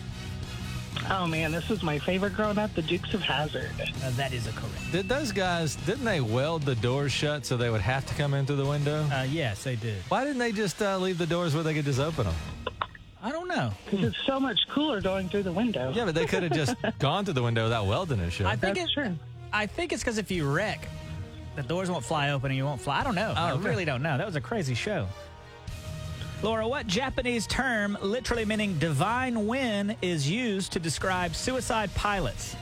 Speaker 7: Oh man, this was my favorite growing up. The Dukes of Hazard.
Speaker 2: Uh, that is a correct.
Speaker 1: Did those guys, didn't they weld the doors shut so they would have to come in through the window?
Speaker 2: Uh, yes, they did.
Speaker 1: Why didn't they just uh, leave the doors where they could just open them?
Speaker 2: I don't know.
Speaker 7: Because it's so much cooler going through the window.
Speaker 1: Yeah, but they could have just gone to the window without welding it shut.
Speaker 2: I think
Speaker 7: That's
Speaker 2: it,
Speaker 7: true.
Speaker 2: I think it's because if you wreck, the doors won't fly open and you won't fly. I don't know. I
Speaker 1: okay.
Speaker 2: really don't know. That was a crazy show. Laura, what Japanese term, literally meaning divine win, is used to describe suicide pilots?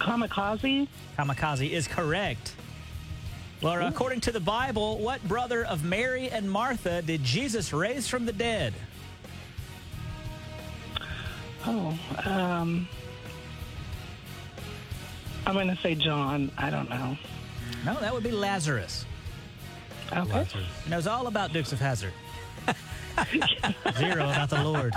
Speaker 7: Kamikaze.
Speaker 2: Kamikaze is correct. Laura, according to the Bible, what brother of Mary and Martha did Jesus raise from the dead?
Speaker 7: Oh, um, I'm gonna say John. I don't know.
Speaker 2: No, that would be Lazarus.
Speaker 7: Okay.
Speaker 2: He knows all about Dukes of Hazard. Zero about the Lord.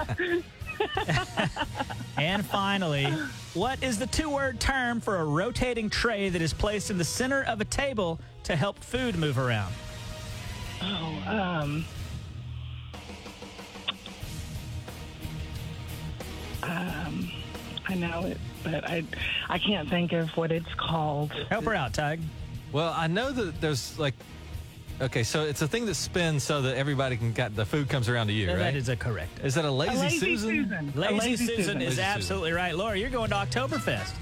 Speaker 2: and finally, what is the two-word term for a rotating tray that is placed in the center of a table to help food move around?
Speaker 7: Oh, um, um, I know it, but I, I can't think of what it's called.
Speaker 2: Help her out, Tig.
Speaker 1: Well, I know that there's like, okay, so it's a thing that spins so that everybody can get the food comes around to you, right?
Speaker 2: That is a correct.
Speaker 1: Is that a lazy,
Speaker 7: A lazy
Speaker 1: Susan?
Speaker 7: Susan. A
Speaker 2: Lazy,
Speaker 7: Lazy
Speaker 2: Susan,
Speaker 7: Susan.
Speaker 2: is
Speaker 1: Lazy Susan.
Speaker 2: absolutely right. Laura, you're going to Oktoberfest.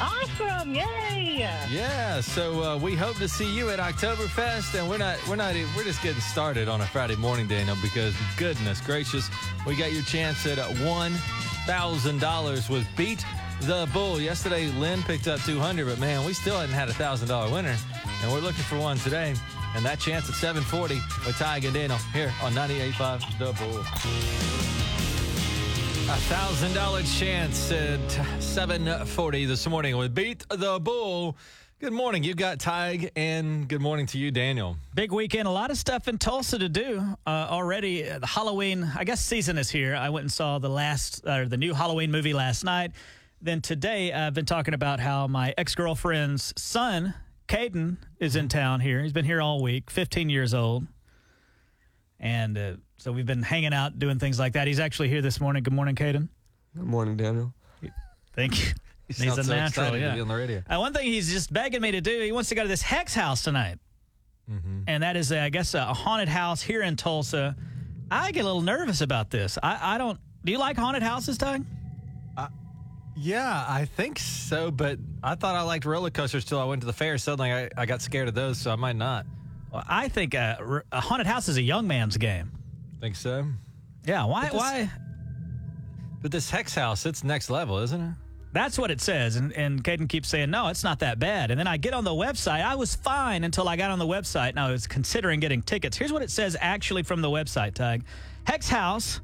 Speaker 7: Awesome! Yay!
Speaker 1: Yeah. So uh, we hope to see you at Oktoberfest, and we're not, we're not, e, we're just getting started on a Friday morning, Daniel. Because goodness gracious, we got your chance at one thousand dollars with Beat the Bull. Yesterday, Lynn picked up two hundred, but man, we still hadn't had a thousand dollar winner, and we're looking for one today. And that chance at 740 with Ty and Daniel here on 98.5 The Bull. A thousand dollar chance at seven forty this morning with Beat the Bull. Good morning. You've got Tig, and good morning to you, Daniel.
Speaker 2: Big weekend, a lot of stuff in Tulsa to do uh, already. uh, The Halloween, I guess, season is here. I went and saw the last or the new Halloween movie last night. Then today, I've been talking about how my ex girlfriend's son, Caden, is in town here. He's been here all week, 15 years old, and uh, so we've been hanging out doing things like that. He's actually here this morning. Good morning, Caden.
Speaker 10: Good morning, Daniel.
Speaker 2: Thank you.
Speaker 1: He
Speaker 2: He's a
Speaker 1: sounds so
Speaker 2: natural.
Speaker 1: excited to
Speaker 2: yeah.
Speaker 1: be on the radio.
Speaker 2: Uh, one thing he's just begging me to do, he wants to go to this Hex house tonight. And that is, uh, I guess, a haunted house here in Tulsa. I get a little nervous about this. I, I don't. Do you like haunted houses, Doug?
Speaker 1: Yeah, I think so. But I thought I liked roller coasters till I went to the fair. Suddenly, I, I got scared of those, so I might not.
Speaker 2: Well, I think uh, r- a haunted house is a young man's game.
Speaker 1: Think so.
Speaker 2: Yeah. Why? why?
Speaker 1: But this hex house, it's next level, isn't it?
Speaker 2: That's what it says. And, and Caden keeps saying, no, it's not that bad. And then I get on the website. I was fine until I got on the website and I was considering getting tickets. Here's what it says actually from the website, Tug Hex House.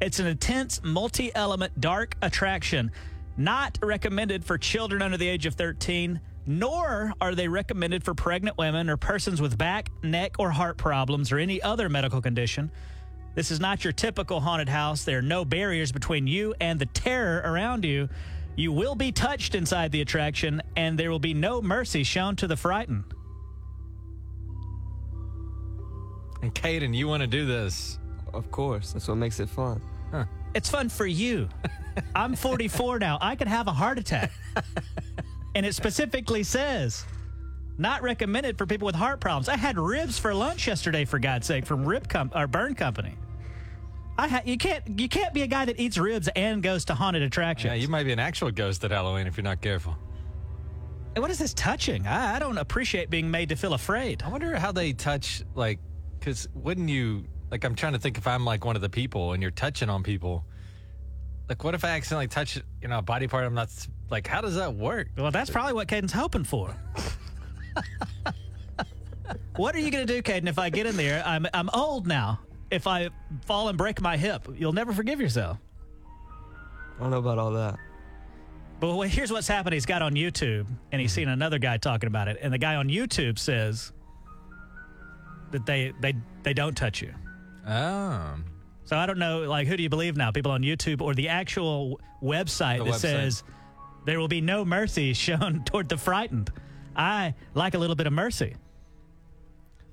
Speaker 2: It's an intense, multi element dark attraction. Not recommended for children under the age of 13, nor are they recommended for pregnant women or persons with back, neck, or heart problems or any other medical condition. This is not your typical haunted house. There are no barriers between you and the terror around you. You will be touched inside the attraction, and there will be no mercy shown to the frightened.
Speaker 1: And Caden, you want to do this?
Speaker 10: Of course, that's what makes it fun.
Speaker 2: It's fun for you. I'm 44 now. I could have a heart attack. and it specifically says not recommended for people with heart problems. I had ribs for lunch yesterday for God's sake from Rib Com- or Burn Company. I ha- you can't you can't be a guy that eats ribs and goes to haunted attractions.
Speaker 1: Yeah, you might be an actual ghost at Halloween if you're not careful.
Speaker 2: And What is this touching? I, I don't appreciate being made to feel afraid.
Speaker 1: I wonder how they touch, like, because wouldn't you, like, I'm trying to think if I'm like one of the people and you're touching on people. Like, what if I accidentally touch, you know, a body part I'm not, s- like, how does that work?
Speaker 2: Well, that's probably what Caden's hoping for. what are you going to do, Caden, if I get in there? I'm, I'm old now. If I fall and break my hip, you'll never forgive yourself.
Speaker 10: I don't know about all that.
Speaker 2: But wait, here's what's happened. He's got on YouTube and he's seen another guy talking about it. And the guy on YouTube says that they, they, they don't touch you.
Speaker 1: Oh.
Speaker 2: So I don't know, like, who do you believe now? People on YouTube or the actual website
Speaker 1: The
Speaker 2: that
Speaker 1: website.
Speaker 2: says there will be no mercy shown toward the frightened. I like a little bit of mercy.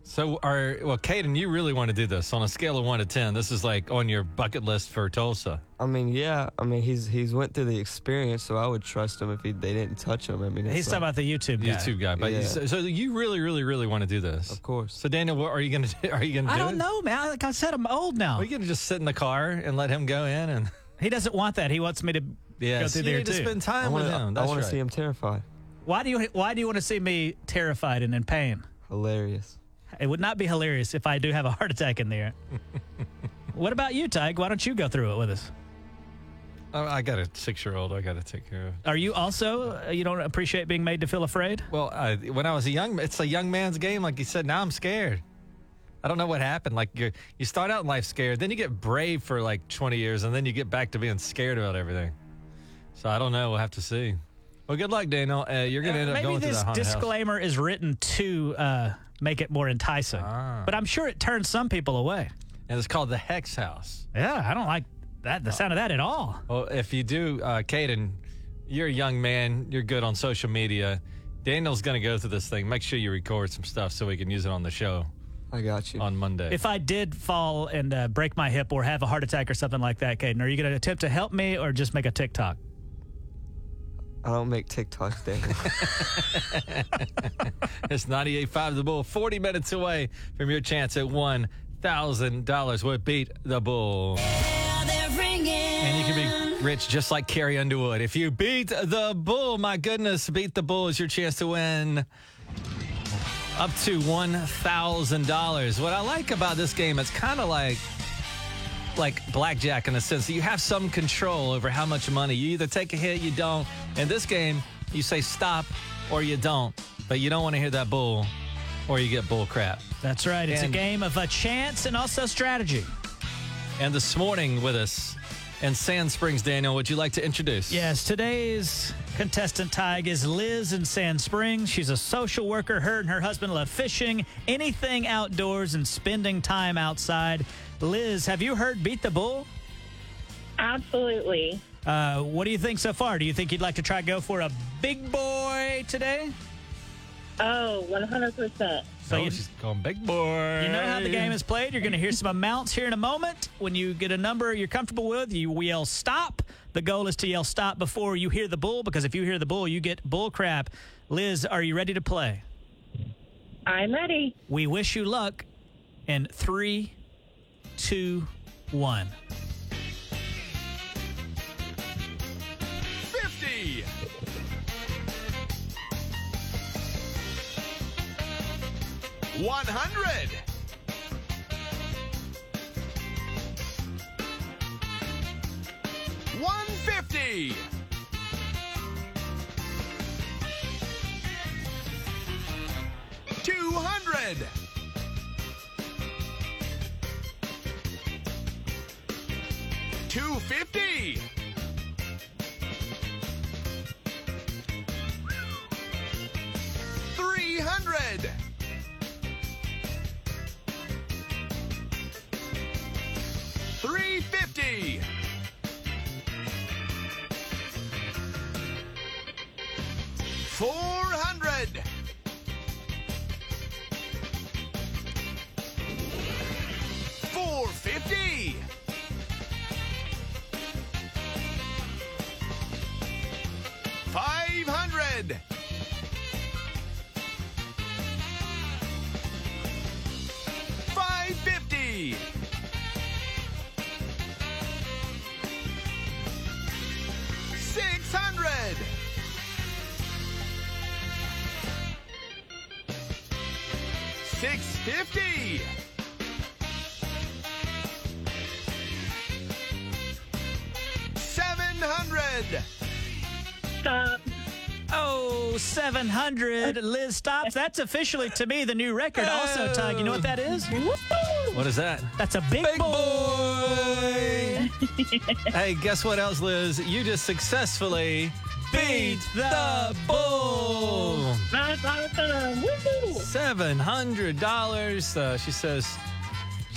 Speaker 1: So, are, well, Caden, you really want to do this on a scale of one to 10. This is like on your bucket list for Tulsa.
Speaker 10: I mean, yeah. I mean, he's he's went through the experience, so I would trust him if he they didn't touch him. I mean, it's
Speaker 2: He's talking
Speaker 10: like-
Speaker 2: about the YouTube guy.
Speaker 1: YouTube guy, but
Speaker 10: Yeah.
Speaker 1: so, so you really, really, really want to do this,
Speaker 10: Of course.
Speaker 1: So Daniel, what are you gonna do? Are you gonna?
Speaker 2: I
Speaker 1: do
Speaker 2: don't
Speaker 1: it?
Speaker 2: know, man. Like I said, I'm old now.
Speaker 1: Are you gonna just sit in the car and let him go in and?
Speaker 2: He doesn't want that. He wants me to
Speaker 1: Yeah,
Speaker 2: go through
Speaker 1: you
Speaker 2: there
Speaker 1: need
Speaker 2: too.
Speaker 1: to spend
Speaker 10: I
Speaker 1: time
Speaker 10: wanna-
Speaker 1: with him.
Speaker 10: I
Speaker 1: That's
Speaker 10: want
Speaker 1: right.
Speaker 10: to see him terrified.
Speaker 2: why do you Why do you want to see me terrified and in pain?
Speaker 10: Hilarious.
Speaker 2: It would not be hilarious if I do have a heart attack in there. what about you, Tyke? Why don't you go through it with us?
Speaker 1: Oh, I got a six-year-old. I got to take care of.
Speaker 2: Are you also uh, you don't appreciate being made to feel afraid?
Speaker 1: Well, I, when I was a young, it's a young man's game. Like you said, now I'm scared. I don't know what happened. Like you, you start out in life scared, then you get brave for like 20 years, and then you get back to being scared about everything. So I don't know. We'll have to see. Well, good luck, Daniel. Uh, you're gonna end up
Speaker 2: Maybe
Speaker 1: going
Speaker 2: this
Speaker 1: through the
Speaker 2: disclaimer is written to uh, make it more enticing,
Speaker 1: Ah.
Speaker 2: but I'm sure it turns some people away.
Speaker 1: and it's called the Hex House.
Speaker 2: Yeah, I don't like that the sound of that at all.
Speaker 1: Well, if you do, uh, Caden, you're a young man. You're good on social media. Daniel's going to go through this thing. Make sure you record some stuff so we can use it on the show
Speaker 10: I got you.
Speaker 1: on Monday.
Speaker 2: If I did fall and uh, break my hip or have a heart attack or something like that, Caden, are you going to attempt to help me or just make a TikTok?
Speaker 10: I don't make TikToks, Daniel.
Speaker 1: it's 98.5 The Bull, 40 minutes away from your chance at $1,000 with Beat the Bull. And you can be rich just like Carrie Underwood. If you beat the bull, my goodness, beat the bull is your chance to win up to $1,000. What I like about this game, it's kind of like like blackjack in the sense that you have some control over how much money you either take a hit, you don't. In this game, you say stop or you don't, but you don't want to hear that bull or you get bull crap.
Speaker 2: That's right. It's
Speaker 1: And-
Speaker 2: a game of a chance and also strategy.
Speaker 1: And this morning with us in Sand Springs, Daniel, would you like to introduce?
Speaker 2: Yes, today's contestant tag is Liz in Sand Springs. She's a social worker. Her and her husband love fishing, anything outdoors, and spending time outside. Liz, have you heard Beat the Bull?
Speaker 9: Absolutely.
Speaker 2: Uh, what do you think so far? Do you think you'd like to try go for a big boy today?
Speaker 11: Oh, 100%.
Speaker 1: So you just going big boy.
Speaker 2: You know how the game is played. You're going to hear some amounts here in a moment. When you get a number you're comfortable with, you we yell stop. The goal is to yell stop before you hear the bull, because if you hear the bull, you get bull crap. Liz, are you ready to play?
Speaker 11: I'm ready.
Speaker 2: We wish you luck in three, two, one.
Speaker 4: 50. One hundred. One fifty. Two hundred. Two fifty. Three hundred. Three fifty. Four hundred. Four fifty. Five hundred. Five fifty. Six hundred. Six fifty. Seven hundred.
Speaker 2: Stop. Oh, 700. Liz stops. That's officially, to me, the new record. Also, Tug, you know what that is?
Speaker 1: What is that?
Speaker 2: That's a big, boy.
Speaker 1: hey, guess what else, Liz? You just successfully beat the bull.
Speaker 11: That's awesome.
Speaker 1: Seven hundred dollars. Uh, she says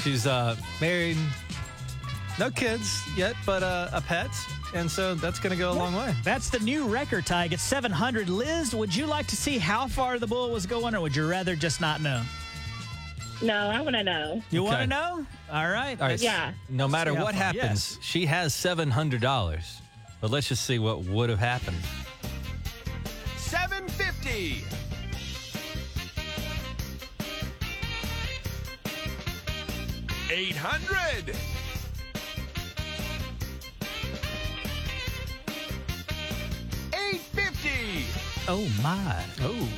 Speaker 1: she's uh, married, no kids yet, but uh, a pet, and so that's going to go a long way.
Speaker 2: That's the new record, Tig. It's 700. Liz, would you like to see how far the bull was going, or would you rather just not know?
Speaker 11: No, I want to know.
Speaker 2: You want
Speaker 1: Okay.
Speaker 2: to know? All right.
Speaker 1: All right. No matter
Speaker 2: See how
Speaker 1: what
Speaker 2: far-
Speaker 1: happens,
Speaker 2: yes.
Speaker 1: she has seven hundred dollars. But let's just see what would have happened.
Speaker 4: Seven fifty. Eight hundred. Eight fifty.
Speaker 2: Oh, my.
Speaker 1: Oh.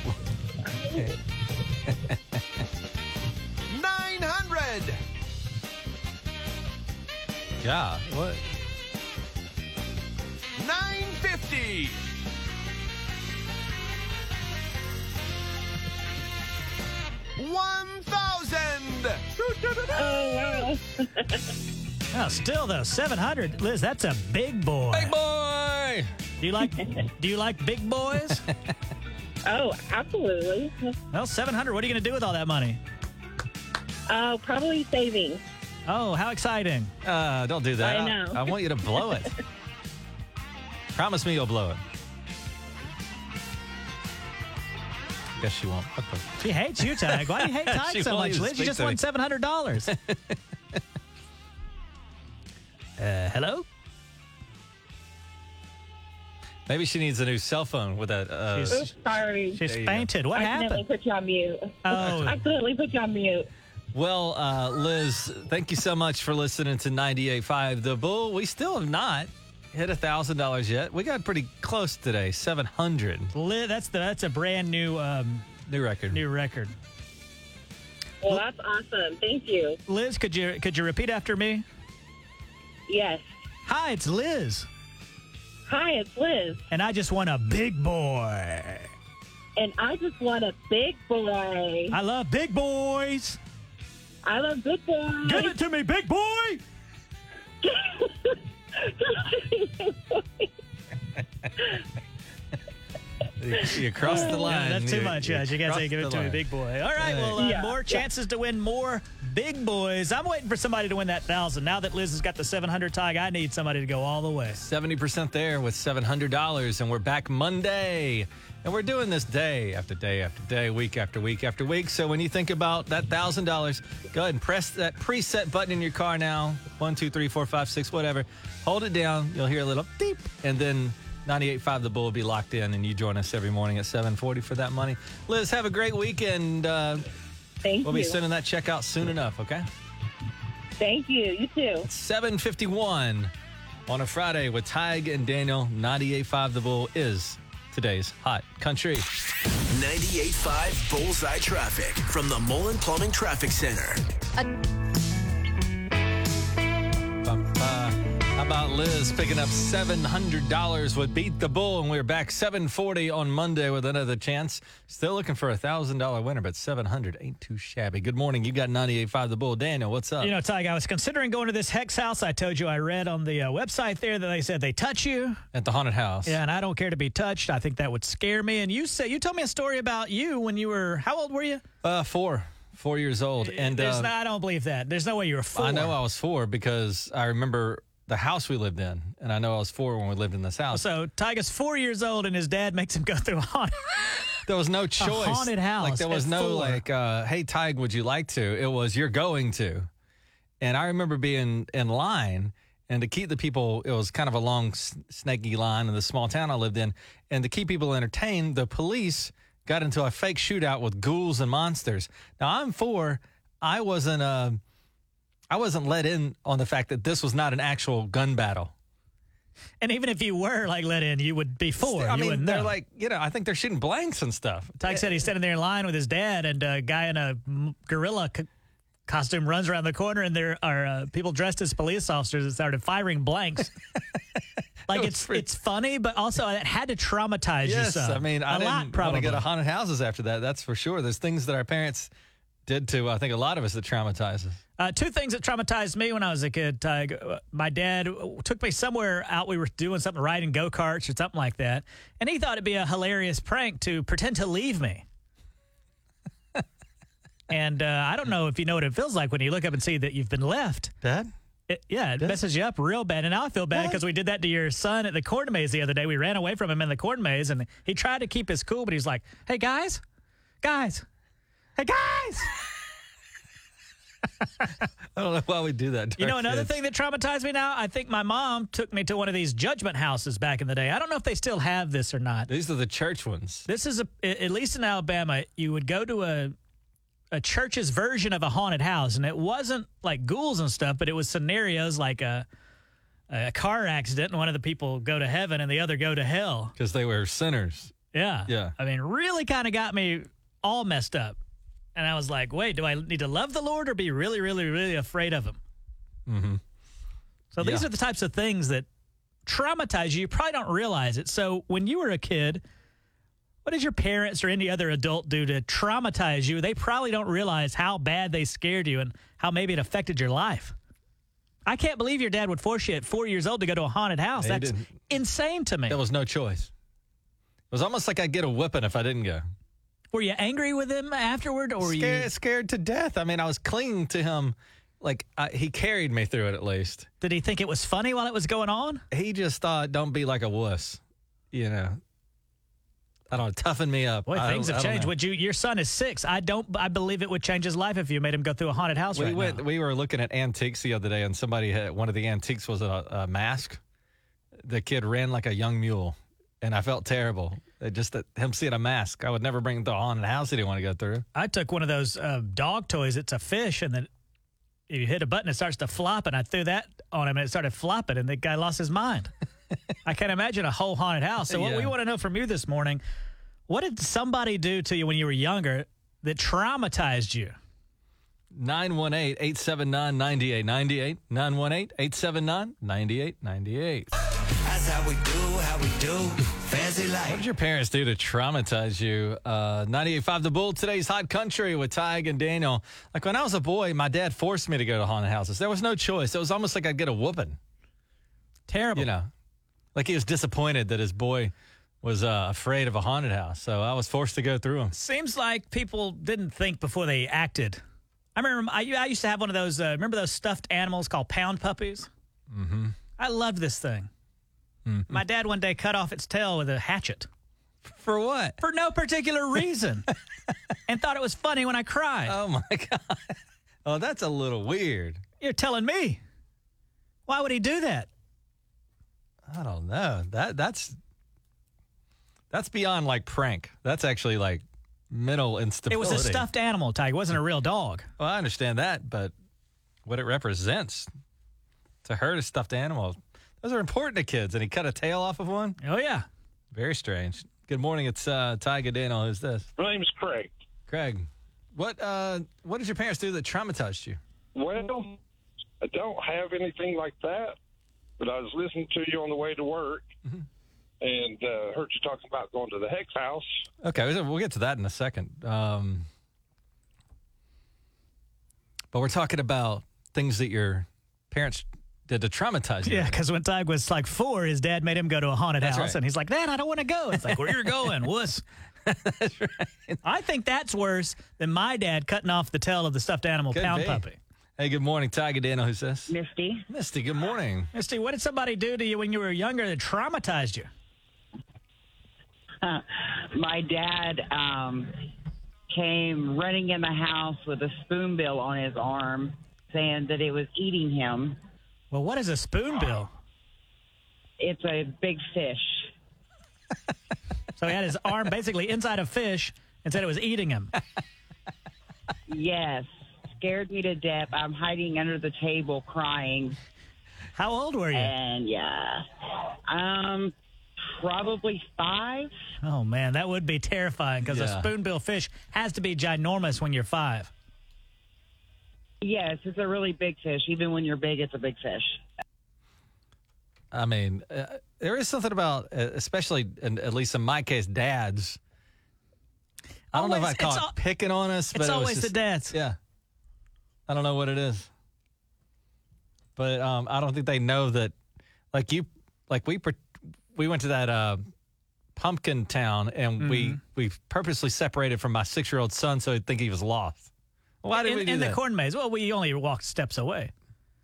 Speaker 4: Nine hundred.
Speaker 1: Yeah. What?
Speaker 4: Nine fifty. One thousand.
Speaker 11: Oh, wow.
Speaker 2: Oh, still though, 700. Liz, that's a big boy. Big
Speaker 1: boy.
Speaker 2: Do you like do you like big boys?
Speaker 11: Oh, absolutely.
Speaker 2: well, 700. What are you going to do with all that money?
Speaker 11: Uh, probably saving.
Speaker 2: Oh, how exciting.
Speaker 1: Uh, don't do that.
Speaker 11: I
Speaker 1: I,
Speaker 11: know.
Speaker 1: I want you to blow it. Promise me you'll blow it. Guess she won't. What the-
Speaker 2: She hates you, Tig. Why do you hate
Speaker 1: She
Speaker 2: Tig so
Speaker 1: won't
Speaker 2: much,
Speaker 1: even
Speaker 2: Liz? You
Speaker 1: speak
Speaker 2: just
Speaker 1: to
Speaker 2: won
Speaker 1: me.
Speaker 2: $700. uh, hello?
Speaker 1: Maybe she needs a new cell phone with that. Uh,
Speaker 2: She's-
Speaker 11: Sorry.
Speaker 1: She's There you go. fainted. What
Speaker 11: I
Speaker 1: happened?
Speaker 11: accidentally put you on mute.
Speaker 2: Oh.
Speaker 11: I accidentally put you on mute.
Speaker 1: well, uh, Liz, thank you so much for listening to 98.5 The Bull. We still have not hit $1,000 yet. We got pretty close today, 700
Speaker 2: Li- that's the that's a brand new um,
Speaker 1: New record.
Speaker 2: new record.
Speaker 11: Well, that's awesome. Thank you.
Speaker 2: Liz, could you could you repeat after me?
Speaker 11: Yes.
Speaker 2: Hi, it's Liz,
Speaker 11: Hi, it's Liz,
Speaker 2: and I just won a big boy.
Speaker 11: and I just want a big boy.
Speaker 2: I love big boys.
Speaker 11: I love good boys.
Speaker 2: Give it to me, big boy.
Speaker 1: You crossed the
Speaker 2: Yeah,
Speaker 1: line.
Speaker 2: that's too
Speaker 1: You-
Speaker 2: much.
Speaker 1: you
Speaker 2: Yeah, you gotta say,
Speaker 1: crossed
Speaker 2: give
Speaker 1: the
Speaker 2: it to me,
Speaker 1: line.
Speaker 2: big boy. All right, well, uh,
Speaker 11: Yeah.
Speaker 2: more chances to win more big boys. I'm waiting for somebody to win that thousand. Now that Liz has got the 700 tag, I need somebody to go all the way.
Speaker 1: 70% there with $700. And we're back Monday. And we're doing this day after day after day, week after week after week. So when you think about that $1,000, go ahead and press that preset button in your car now one, two, three, four, five, six, whatever. Hold it down. You'll hear a little beep. And then 98.5 The Bull will be locked in. And you join us every morning at 740 for that money. Liz, have a great weekend. Uh,
Speaker 3: Thank
Speaker 1: we'll be
Speaker 3: you.
Speaker 1: sending that check out soon enough, okay?
Speaker 3: Thank you. You too.
Speaker 1: 751 on a Friday with Tig and Daniel. 98.5 The Bull is today's hot country.
Speaker 4: 98.5 Bullseye Traffic from the Mullen Plumbing Traffic Center.
Speaker 1: Uh, how about Liz picking up $700 with Beat the Bull? And we're back 740 on Monday with another chance. Still looking for a $1,000 winner, but 700 ain't too shabby. Good morning. You got 98.5 The Bull. Daniel, what's up?
Speaker 2: You know, Tig, I was considering going to this Hex house. I told you I read on the uh, website there that they said they touch you.
Speaker 1: At the haunted house.
Speaker 2: Yeah, and I don't care to be touched. I think that would scare me. And you say you told me a story about you when you were how old were you?
Speaker 1: Uh, four. Four years old. And
Speaker 2: There's
Speaker 1: uh,
Speaker 2: no- I don't believe that. There's no way you were four.
Speaker 1: I know I was four because I remember the house we lived in, and I know I was four when we lived in this house.
Speaker 2: So Tiger's four years old, and his dad makes him go through a haunted.
Speaker 1: There was no choice.
Speaker 2: A haunted house.
Speaker 1: Like there was
Speaker 2: at
Speaker 1: no
Speaker 2: four.
Speaker 1: like, uh, hey Tig, would you like to? It was you're going to. And I remember being in line, and to keep the people, it was kind of a long, s- snaky line in the small town I lived in, and to keep people entertained, the police got into a fake shootout with ghouls and monsters. Now I'm four. I wasn't. Uh, I wasn't let in on the fact that this was not an actual gun battle.
Speaker 2: And even if you were like let in, you would be four.
Speaker 1: I
Speaker 2: you
Speaker 1: mean,
Speaker 2: wouldn't
Speaker 1: they're
Speaker 2: know.
Speaker 1: like, you know, I think they're shooting blanks and stuff.
Speaker 2: Tyke said he's standing there in line with his dad, and a guy in a m- gorilla co- costume runs around the corner, and there are uh, people dressed as police officers that started firing blanks. like it's it's funny, but also it had to traumatize you.
Speaker 1: Yes,
Speaker 2: some.
Speaker 1: I mean, I
Speaker 2: a
Speaker 1: didn't
Speaker 2: lot probably.
Speaker 1: want to go to haunted houses after that. That's for sure. There's things that our parents did to I think a lot of us that traumatize us.
Speaker 2: Uh, two things that traumatized me when I was a kid. Tig. Uh, my dad w- took me somewhere out. We were doing something, riding go karts or something like that. And he thought it'd be a hilarious prank to pretend to leave me. and uh, I don't know if you know what it feels like when you look up and see that you've been left.
Speaker 1: Dad?
Speaker 2: It, yeah, it messes you up real bad. And now I feel bad because we did that to your son at the corn maze the other day. We ran away from him in the corn maze and he tried to keep his cool, but he's like, hey, guys, guys, hey, guys.
Speaker 1: I don't know why we do that. to
Speaker 2: You
Speaker 1: our
Speaker 2: know, another
Speaker 1: kids.
Speaker 2: thing that traumatized me now, I think my mom took me to one of these judgment houses back in the day. I don't know if they still have this or not.
Speaker 1: These are the church ones.
Speaker 2: This is, a, a- at least in Alabama, you would go to a, a church's version of a haunted house, and it wasn't like ghouls and stuff, but it was scenarios like a, a car accident, and one of the people go to heaven and the other go to hell.
Speaker 1: Because they were sinners.
Speaker 2: Yeah.
Speaker 1: Yeah.
Speaker 2: I mean, really kind of got me all messed up. And I was like, wait, do I need to love the Lord or be really, really, really afraid of him?
Speaker 1: Mm-hmm.
Speaker 2: So these
Speaker 1: Yeah.
Speaker 2: are the types of things that traumatize you. You probably don't realize it. So when you were a kid, what did your parents or any other adult do to traumatize you? They probably don't realize how bad they scared you and how maybe it affected your life. I can't believe your dad would force you at four years old to go to a haunted house.
Speaker 1: He
Speaker 2: That's
Speaker 1: didn't.
Speaker 2: insane to me.
Speaker 1: There was no choice. It was almost like I'd get a whipping if I didn't go.
Speaker 2: Were you angry with him afterward, or were
Speaker 1: scared,
Speaker 2: you?
Speaker 1: scared to death. I mean, I was clinging to him. Like I, he carried me through it at least.
Speaker 2: Did he think it was funny while it was going on?
Speaker 1: He just thought, "Don't be like a wuss," you know. I don't know, toughen me up.
Speaker 2: Boy,
Speaker 1: I
Speaker 2: things
Speaker 1: don't- I
Speaker 2: have
Speaker 1: don't
Speaker 2: changed.
Speaker 1: know.
Speaker 2: Would you? Your son is six. I don't. I believe it would change his life if you made him go through a haunted house.
Speaker 1: we
Speaker 2: right
Speaker 1: went.
Speaker 2: now.
Speaker 1: We were looking at antiques the other day, and somebody had one of the antiques was a, a mask. The kid ran like a young mule, and I felt terrible. It just that him seeing a mask, I would never bring him to a haunted house. He didn't want to go through.
Speaker 2: I took one of those uh, dog toys. It's a fish, and then you hit a button, it starts to flop, and I threw that on him, and it started flopping, and the guy lost his mind. I can't imagine a whole haunted house. So, what we
Speaker 1: Yeah.
Speaker 2: want to know from you this morning: what did somebody do to you when you were younger that traumatized you?
Speaker 1: 918-879-9898. 918-879-9898.
Speaker 12: That's how we do, how we do. Fancy life.
Speaker 1: What did your parents do to traumatize you? Uh, 98.5 The Bull, today's Hot Country with Tig and Daniel. Like when I was a boy, my dad forced me to go to haunted houses. There was no choice. It was almost like I'd get a whooping.
Speaker 2: Terrible.
Speaker 1: You know, like he was disappointed that his boy was uh, afraid of a haunted house. So I was forced to go through them.
Speaker 2: Seems like people didn't think before they acted. I remember I, I used to have one of those. Uh, remember those stuffed animals called pound puppies?
Speaker 1: Mm-hmm.
Speaker 2: I loved this thing. My dad one day cut off its tail with a hatchet.
Speaker 1: For what?
Speaker 2: For no particular reason. and thought it was funny when I cried.
Speaker 1: Oh my God. Oh, that's a little weird.
Speaker 2: You're telling me. Why would he do that?
Speaker 1: I don't know. That that's that's beyond like prank. That's actually like mental instability.
Speaker 2: It was a stuffed animal, Ty. It wasn't a real dog.
Speaker 1: Well, I understand that, but what it represents to hurt a stuffed animal, those are important to kids. And he cut a tail off of one.
Speaker 2: Oh yeah,
Speaker 1: very strange. Good morning. It's uh, Ty Godino. Who's this?
Speaker 13: My name's Craig.
Speaker 1: Craig, what uh, what did your parents do that traumatized you?
Speaker 13: Well, I don't have anything like that, but I was listening to you on the way to work
Speaker 2: Mm-hmm.
Speaker 13: and uh, heard you talking about going to the Hex house.
Speaker 1: Okay, we'll we'll get to that in a second. Um, but we're talking about things that your parents did to traumatize you.
Speaker 2: Yeah, because when Ty was like four, his dad made him go to a haunted
Speaker 1: That's
Speaker 2: house,
Speaker 1: right.
Speaker 2: and he's like, "Dad, I don't want to go." It's like, "Where you're going, wuss." that's right. I think that's worse than my dad cutting off the tail of the stuffed animal
Speaker 1: Could
Speaker 2: pound
Speaker 1: be.
Speaker 2: puppy.
Speaker 1: Hey, good morning, Ty Godino. Who's this?
Speaker 3: Misty.
Speaker 1: Misty, good morning.
Speaker 2: Misty, what did somebody do to you when you were younger that traumatized you?
Speaker 14: my dad um, came running in the house with a spoonbill on his arm, saying that it was eating him.
Speaker 2: Well, what is a spoonbill?
Speaker 14: It's a big fish.
Speaker 2: So he had his arm basically inside a fish and said it was eating him.
Speaker 14: Yes, scared me to death. I'm hiding under the table crying.
Speaker 2: How old were you?
Speaker 14: And yeah, um, probably five.
Speaker 2: Oh man, that would be terrifying because
Speaker 14: Yeah.
Speaker 2: a spoonbill fish has to be ginormous when you're five.
Speaker 14: Yes, it's a really big fish. Even when you're big, it's a big fish.
Speaker 1: I mean, uh, there is something about, uh, especially, and at least in my case, dads. I don't know if
Speaker 2: Always-
Speaker 1: I call it
Speaker 2: it's al-
Speaker 1: picking on us, but
Speaker 2: it's
Speaker 1: it was
Speaker 2: always the
Speaker 1: just-
Speaker 2: dads.
Speaker 1: Yeah, I don't know what it is, but um, I don't think they know that. Like you, like we, per- we went to that uh, pumpkin town, and
Speaker 2: Mm-hmm.
Speaker 1: we we purposely separated from my six year old son so he'd think he was lost. Why did
Speaker 2: in,
Speaker 1: we do
Speaker 2: in
Speaker 1: that?
Speaker 2: the corn maze? Well, we only walked steps away.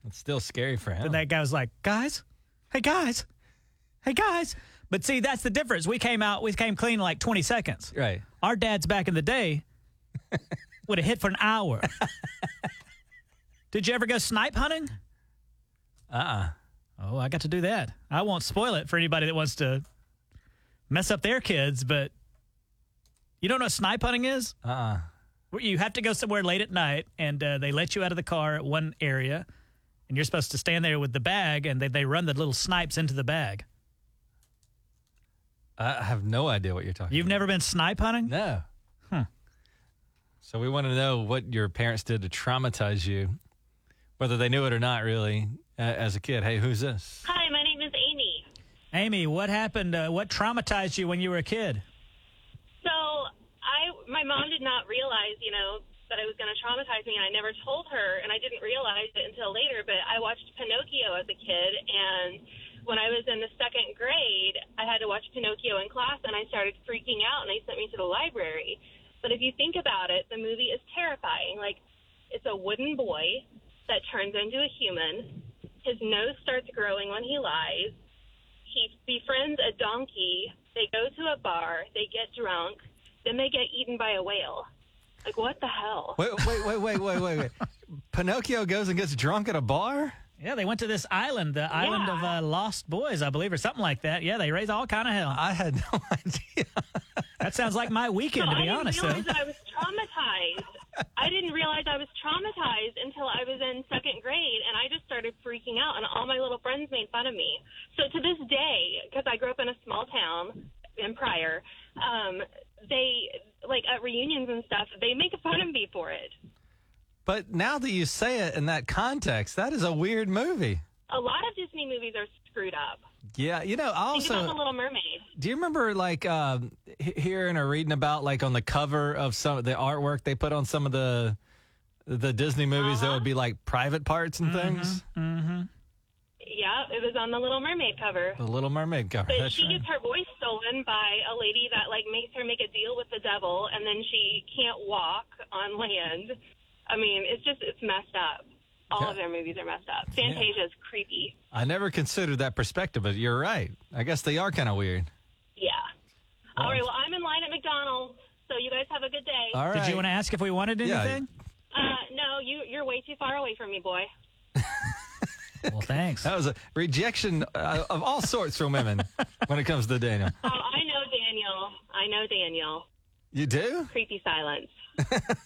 Speaker 1: it's still scary for him.
Speaker 2: And that guy was like, guys, hey guys, hey guys. But see, that's the difference. We came out, we came clean in like 20 seconds.
Speaker 1: Right.
Speaker 2: Our dads back in the day would have hit for an hour. Did you ever go snipe hunting?
Speaker 1: Uh uh
Speaker 2: Oh, I got to do that. I won't spoil it for anybody that wants to mess up their kids, but you don't know what snipe hunting is?
Speaker 1: Uh uh
Speaker 2: Where you have to go somewhere late at night and uh, they let you out of the car at one area and you're supposed to stand there with the bag and they, they run the little snipes into the bag
Speaker 1: I have no idea what you're talking.
Speaker 2: you've never been snipe hunting
Speaker 1: no
Speaker 2: huh.
Speaker 1: So we want to know what your parents did to traumatize you, whether they knew it or not, really, a- as a kid. Hey, who's this?
Speaker 11: Hi, my name is Amy.
Speaker 2: amy what happened uh, what traumatized you when you were a kid
Speaker 11: So I, my mom did not realize, you know, that it was going to traumatize me, and I never told her, and I didn't realize it until later. But I watched Pinocchio as a kid, and when I was in the second grade, I had to watch Pinocchio in class, and I started freaking out, and they sent me to the library. But if you think about it, the movie is terrifying. Like, it's a wooden boy that turns into a human. His nose starts growing when he lies. he befriends a donkey. They go to a bar. They get drunk. Then they get eaten by a whale. Like what the hell?
Speaker 1: Wait, wait, wait, wait, wait, wait, wait. Pinocchio goes and gets drunk at a bar.
Speaker 2: yeah they went to this island the island of uh, lost boys i believe or something like that yeah they raise all kind of hell
Speaker 1: i had no
Speaker 2: idea that sounds like my weekend to be
Speaker 11: I
Speaker 2: honest
Speaker 11: didn't realize
Speaker 2: though.
Speaker 11: that I was traumatized. I didn't realize I was traumatized until I was in second grade, and I just started freaking out, and all my little friends made fun of me. So to this day, because I grew up in a small town in Pryor, um, they like at reunions and stuff, they make fun of me for it.
Speaker 1: But now that you say it in that context, that is a weird movie.
Speaker 11: A lot of Disney movies are screwed up.
Speaker 1: Yeah, you know. I
Speaker 11: Think about The
Speaker 1: also,
Speaker 11: Little Mermaid.
Speaker 1: do you remember like um, he- hearing or reading about like on the cover of some of the artwork they put on some of the the Disney movies? There would be like private parts and things.
Speaker 2: Uh-huh. Mm-hmm.
Speaker 11: Yeah, it was on The Little Mermaid cover.
Speaker 1: The Little Mermaid cover.
Speaker 11: But
Speaker 1: Oh, That's
Speaker 11: she
Speaker 1: right.
Speaker 11: gets her voice stolen by a lady that like makes her make a deal with the devil, and then she can't walk on land. I mean, it's just it's messed up. All of their movies are messed up. Fantasia is creepy.
Speaker 1: I never considered that perspective, but you're right. I guess they are kind of weird.
Speaker 11: Yeah. All right. Well, I'm in line at McDonald's, so you guys have a good day.
Speaker 1: All
Speaker 2: Did
Speaker 1: right.
Speaker 2: you want to ask if we wanted
Speaker 1: Yeah.
Speaker 2: anything?
Speaker 11: Uh, no, you you're way too far away from me, boy.
Speaker 2: Well, thanks.
Speaker 1: That was a rejection uh, of all sorts from women when it comes to Daniel.
Speaker 11: Oh, I know Daniel. I know Daniel.
Speaker 1: You do?
Speaker 11: Creepy silence.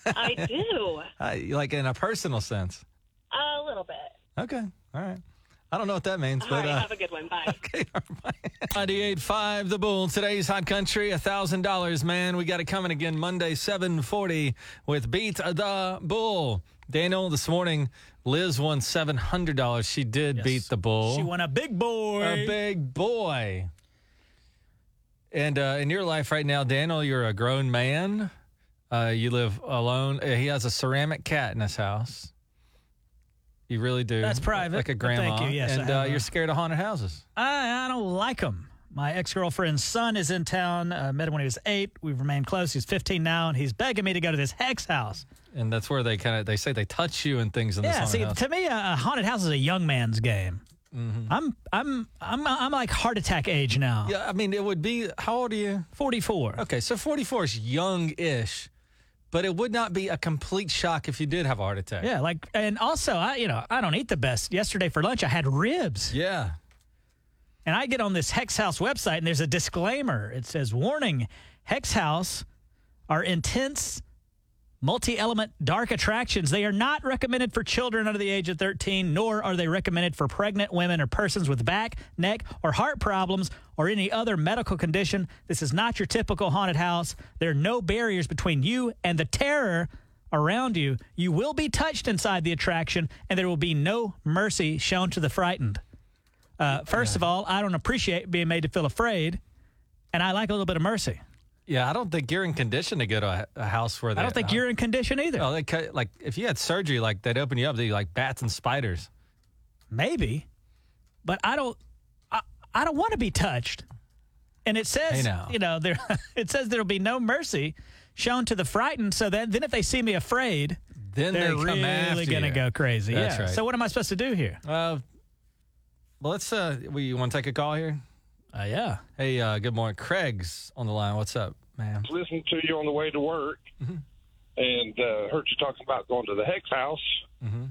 Speaker 11: I do.
Speaker 1: Uh, like in a personal sense.
Speaker 11: A little bit.
Speaker 1: Okay. All right. I don't know what that means,
Speaker 11: All
Speaker 1: but
Speaker 11: right.
Speaker 1: uh,
Speaker 11: Have a good one. Bye.
Speaker 1: 98.5 The Bull. Today's Hot Country, $1,000, man. We got it coming again Monday, 740 with Beat the Bull. Daniel, this morning, Liz won $700. She did beat the Bull.
Speaker 2: She won a big boy.
Speaker 1: A big boy. And uh, in your life right now, Daniel, you're a grown man. Uh, you live alone. Uh, He has a ceramic cat in his house. You really do.
Speaker 2: That's private,
Speaker 1: Like a
Speaker 2: but thank
Speaker 1: grandma.
Speaker 2: you, yes, I
Speaker 1: and
Speaker 2: have
Speaker 1: uh,
Speaker 2: a-
Speaker 1: you're scared of haunted houses.
Speaker 2: I, I don't like him. My ex girlfriend's son is in town. Uh, met him when he was eight. We've remained close. He's 15 now, and he's begging me to go to this hex house.
Speaker 1: And that's where they kind of they say they touch you and things in this
Speaker 2: yeah,
Speaker 1: haunted
Speaker 2: see,
Speaker 1: house. Mm-hmm.
Speaker 2: to me, a a haunted house is a young man's game. I'm, I'm, I'm, I'm like heart attack age now.
Speaker 1: yeah, I mean, it would be how old are you?
Speaker 2: 44.
Speaker 1: Okay, so 44 is young-ish, but it would not be a complete shock if you did have a heart attack.
Speaker 2: Yeah, like, and also, I, you know, I don't eat the best. Yesterday for lunch, I had ribs.
Speaker 1: Yeah.
Speaker 2: And I get on this Hex House website, and there's a disclaimer. It says, "Warning: Hex House are intense, multi-element dark attractions. They are not recommended for children under the age of 13, nor are they recommended for pregnant women or persons with back, neck, or heart problems or any other medical condition. This is not your typical haunted house. There are no barriers between you and the terror." Around you, you will be touched inside the attraction, and there will be no mercy shown to the frightened. Uh, first of all, I don't appreciate being made to feel afraid, and I like a little bit of mercy.
Speaker 1: Yeah, I don't think you're in condition to go to a, a house where they.
Speaker 2: I don't think you're in condition either.
Speaker 1: No, they cut, like if you had surgery, like they'd open you up to like bats and spiders.
Speaker 2: Maybe, but I don't. I, I don't want to be touched. And it says,
Speaker 1: Hey, now.
Speaker 2: you know, there. It says there'll be no mercy shown to the frightened. So then, then if they see me afraid,
Speaker 1: Then they
Speaker 2: they're
Speaker 1: come
Speaker 2: really
Speaker 1: after
Speaker 2: gonna
Speaker 1: you.
Speaker 2: go crazy.
Speaker 1: That's
Speaker 2: yeah.
Speaker 1: right.
Speaker 2: So what am I supposed to do here?
Speaker 1: Uh, well, let's. Uh, we you want to take a call here?
Speaker 2: Uh, yeah.
Speaker 1: Hey, uh, good morning, Craig's on the line. What's up, man?
Speaker 13: was listening to you on the way to work
Speaker 2: Mm-hmm.
Speaker 13: and uh, heard you talking about going to the Hex House.
Speaker 2: Mm-hmm.
Speaker 1: Mhm.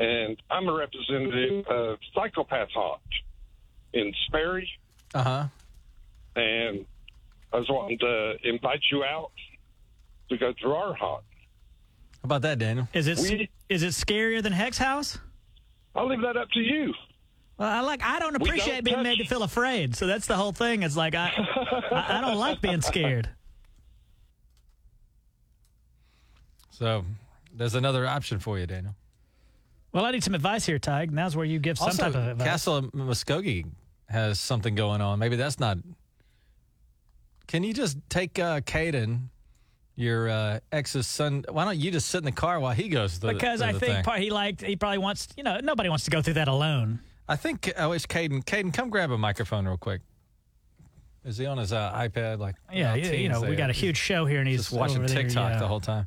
Speaker 13: And I'm a representative of Psychopath Haunt in Sperry.
Speaker 1: Uh huh.
Speaker 13: And I was wanting to invite you out to go through our haunt.
Speaker 1: How about that, Daniel?
Speaker 2: Is it
Speaker 13: We-
Speaker 2: is it scarier than Hex House?
Speaker 13: I'll leave that up to you.
Speaker 2: Well, I like I don't
Speaker 13: We don't
Speaker 2: appreciate being
Speaker 13: touch-
Speaker 2: made to feel afraid. So that's the whole thing. It's like I I, I don't like being scared.
Speaker 1: So there's another option for you, Daniel.
Speaker 2: Well, I need some advice here, Tig. Now's where you give some
Speaker 1: also,
Speaker 2: type of advice.
Speaker 1: Castle of Muskogee has something going on. Maybe that's not. Can you just take uh, Caden, your uh, ex's son? Why don't you just sit in the car while he goes? Through the-
Speaker 2: because
Speaker 1: through
Speaker 2: I
Speaker 1: the
Speaker 2: think
Speaker 1: thing?
Speaker 2: part he liked he probably wants you know nobody wants to go through that alone.
Speaker 1: I think I wish Caden. Caden, come grab a microphone real quick. Is he on his uh, iPad? Like
Speaker 2: Yeah,
Speaker 1: our
Speaker 2: you, you
Speaker 1: teens
Speaker 2: know we
Speaker 1: there?
Speaker 2: got a huge show here, and he's
Speaker 1: just watching
Speaker 2: over there,
Speaker 1: TikTok
Speaker 2: yeah.
Speaker 1: the whole time.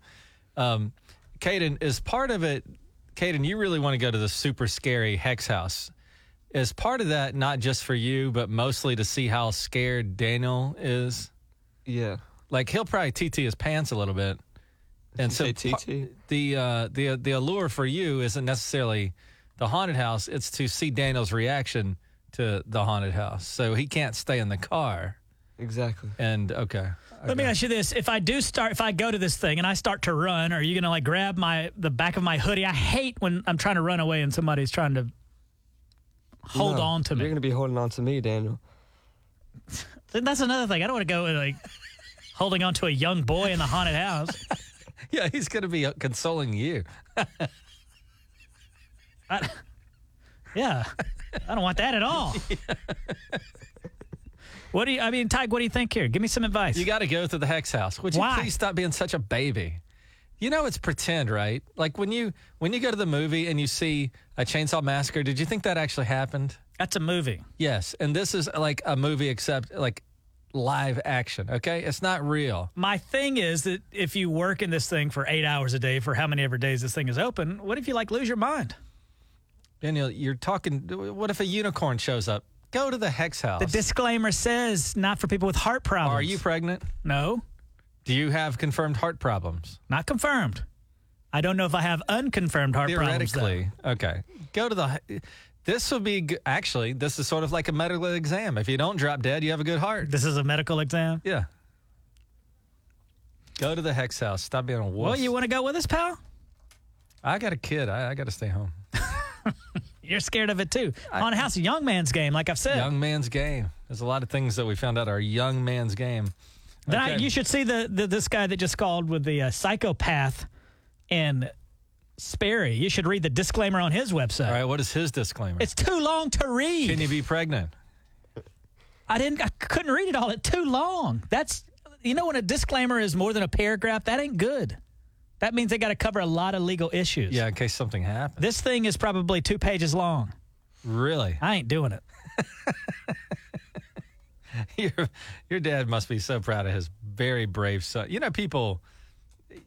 Speaker 1: Um, Caden, is part of it, Caden, you really want to go to the super scary hex house. Is part of that not just for you, but mostly to see how scared Daniel is?
Speaker 10: Yeah.
Speaker 1: Like he'll probably TT his pants a little bit. And so TT? the uh, the the allure for you isn't necessarily the haunted house, it's to see Daniel's reaction to the haunted house. So he can't stay in the car.
Speaker 10: Exactly.
Speaker 1: And okay.
Speaker 2: Let me ask you this: If I do start, if I go to this thing and I start to run, are you going to like grab my the back of my hoodie? I hate when I'm trying to run away and somebody's trying to hold
Speaker 10: No,
Speaker 2: on to me.
Speaker 10: You're gonna be holding on to me, Daniel.
Speaker 2: Then That's another thing. I don't want to go and, like holding on to a young boy in the haunted house.
Speaker 1: Yeah, he's going to be uh, consoling you.
Speaker 2: I, yeah, I don't want that at all. What do you? I mean, Tig, what do you think here? Give me some advice.
Speaker 1: You got to go to the Hex House. Would you
Speaker 2: Why?
Speaker 1: please stop being such a baby? You know it's pretend, right? Like when you when you go to the movie and you see a Chainsaw Massacre, did you think that actually happened?
Speaker 2: That's a movie.
Speaker 1: Yes, and this is like a movie except like live action, okay? It's not real.
Speaker 2: My thing is that if you work in this thing for eight hours a day, for how many ever days this thing is open, what if you like lose your mind?
Speaker 1: Daniel, you're talking. What if a unicorn shows up? Go to the hex house.
Speaker 2: The disclaimer says not for people with heart problems.
Speaker 1: Are you pregnant?
Speaker 2: No.
Speaker 1: Do you have confirmed heart problems?
Speaker 2: Not confirmed. I don't know if I have unconfirmed heart problems.
Speaker 1: Theoretically, okay. Go to the. This would be g- actually. This is sort of like a medical exam. If you don't drop dead, you have a good heart.
Speaker 2: This is a medical exam.
Speaker 1: Yeah. Go to the hex house. Stop being a wuss.
Speaker 2: Well, you want to go with us, pal?
Speaker 1: I got a kid. I, I got to stay home.
Speaker 2: You're scared of it too. On house, a young man's game, like I've said.
Speaker 1: Young man's game. There's a lot of things that we found out are young man's game.
Speaker 2: Then I- you should see the, the this guy that just called with the uh, psychopath and Sperry. You should read the disclaimer on his website.
Speaker 1: All right, what is his disclaimer?
Speaker 2: It's too long to read.
Speaker 1: Can you be pregnant?
Speaker 2: I didn't. I couldn't read it all. It's too long. That's you know when a disclaimer is more than a paragraph, that ain't good. That means they got to cover a lot of legal issues.
Speaker 1: Yeah, in case something happens.
Speaker 2: This thing is probably two pages long.
Speaker 1: Really?
Speaker 2: I ain't doing it.
Speaker 1: your your dad must be so proud of his very brave son. You know, people.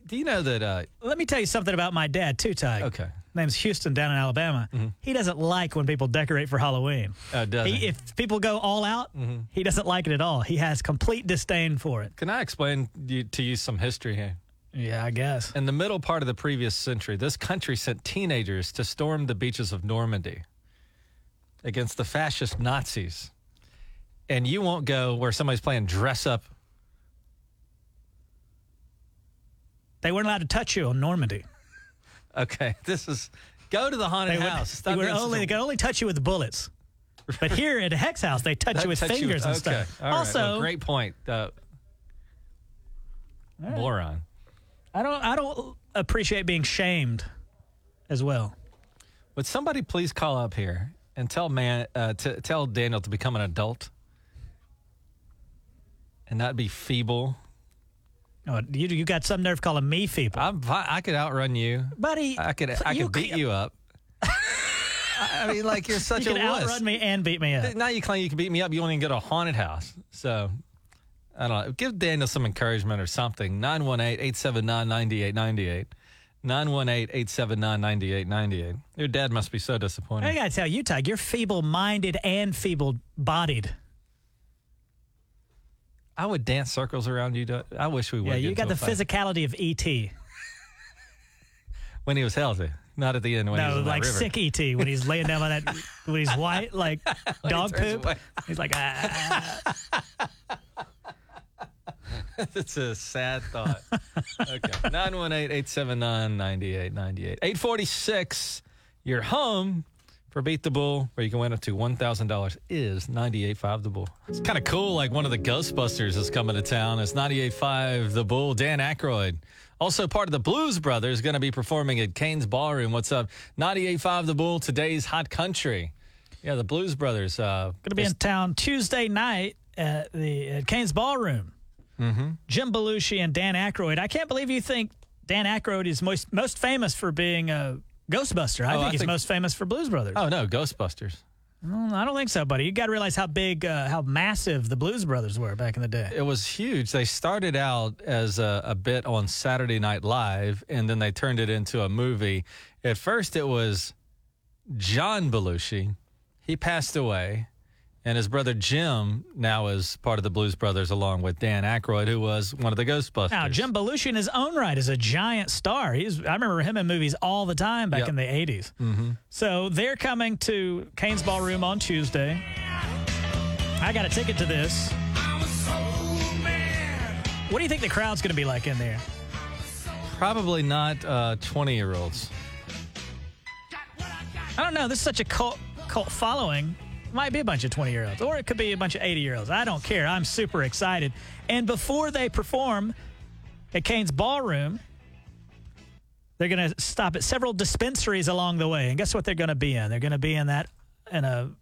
Speaker 1: Do you know that? Uh,
Speaker 2: Let me tell you something about my dad too, Ty.
Speaker 1: Okay.
Speaker 2: Name's Houston down in Alabama. He doesn't like when people decorate for Halloween.
Speaker 1: uh, does
Speaker 2: He, if people go all out, he doesn't like it at all. He has complete disdain for it.
Speaker 1: Can I explain you, to you some history here?
Speaker 2: Yeah, I guess.
Speaker 1: In the middle part of the previous century, this country sent teenagers to storm the beaches of Normandy against the fascist Nazis. And you won't go where somebody's playing dress up.
Speaker 2: They weren't allowed to touch you on Normandy.
Speaker 1: Okay, this is go to the haunted
Speaker 2: would-
Speaker 1: house.
Speaker 2: they,
Speaker 1: Stop
Speaker 2: were
Speaker 1: being such
Speaker 2: only,
Speaker 1: a-
Speaker 2: they could only touch you with bullets. But here at Hex House, they touch
Speaker 1: That
Speaker 2: you with
Speaker 1: touch
Speaker 2: fingers and
Speaker 1: okay,
Speaker 2: stuff.
Speaker 1: all right,
Speaker 2: also,
Speaker 1: well, great point, uh, moron.
Speaker 2: I don't I don't appreciate being shamed as well.
Speaker 1: Would somebody please call up here and tell man uh, t- tell Daniel to become an adult and not be feeble?
Speaker 2: Oh, you you got some nerve calling me feeble.
Speaker 1: I'm fi- I could outrun you,
Speaker 2: buddy.
Speaker 1: I could I
Speaker 2: you
Speaker 1: could beat you up. I I mean, like you're such
Speaker 2: you
Speaker 1: a
Speaker 2: can
Speaker 1: wuss.
Speaker 2: outrun me and beat me up.
Speaker 1: Now you claim you can beat me up. You won't even go to a haunted house. So I don't know. Give Daniel some encouragement or something. 918-879-9898. 918-879-9898. Your dad must be so disappointed.
Speaker 2: I gotta tell you, Tug, you're feeble-minded and feeble-bodied.
Speaker 1: I would dance circles around you. To, I wish we would.
Speaker 2: Yeah, you
Speaker 1: get
Speaker 2: got
Speaker 1: into
Speaker 2: the
Speaker 1: a fight.
Speaker 2: physicality of E ET.
Speaker 1: when he was healthy, not at the end when he was
Speaker 2: no,
Speaker 1: in that
Speaker 2: like
Speaker 1: river.
Speaker 2: sick ET when he's laying down on that when he's white like dog
Speaker 1: turns
Speaker 2: poop.
Speaker 1: white.
Speaker 2: He's like, ah.
Speaker 1: it's a sad thought. okay. 918-879-9898. 846, your home for Beat the Bull, where you can win up to $1,000 is 98.5 The Bull. It's kind of cool. Like one of the Ghostbusters is coming to town. It's 98.5 The Bull, Dan Aykroyd. Also part of the Blues Brothers going to be performing at Kane's Ballroom. What's up? 98.5 The Bull, today's hot country. Yeah, the Blues Brothers. Uh,
Speaker 2: Gonna be in town Tuesday night at the at Kane's Ballroom.
Speaker 1: mm-hmm.
Speaker 2: Jim Belushi and Dan Aykroyd. I can't believe you think Dan Aykroyd is most most famous for being a Ghostbuster. I
Speaker 1: Oh,
Speaker 2: think
Speaker 1: I
Speaker 2: he's
Speaker 1: think-
Speaker 2: most famous for Blues Brothers.
Speaker 1: Oh, no, Ghostbusters.
Speaker 2: Mm, I don't think so, buddy. You got to realize how big, uh, how massive the Blues Brothers were back in the day.
Speaker 1: It was huge. They started out as a, a bit on Saturday Night Live, and then they turned it into a movie. At first, it was John Belushi. He passed away, and his brother Jim now is part of the Blues Brothers, along with Dan Aykroyd, who was one of the Ghostbusters.
Speaker 2: Now, Jim Belushi in his own right is a giant star. He's I remember him in movies all the time back
Speaker 1: Yep.
Speaker 2: in the 80s.
Speaker 1: Mm-hmm.
Speaker 2: So they're coming to Kane's Ballroom on Tuesday. I got a ticket to this. What do you think the crowd's going to be like in there?
Speaker 1: Probably not uh, twenty-year-olds.
Speaker 2: I don't know. This is such a cult cult following. Might be a bunch of 20 year olds, or it could be a bunch of 80 year olds. I don't care. I'm super excited. And before they perform at Kane's Ballroom, they're going to stop at several dispensaries along the way. And guess what they're going to be in? They're going to be in that, in a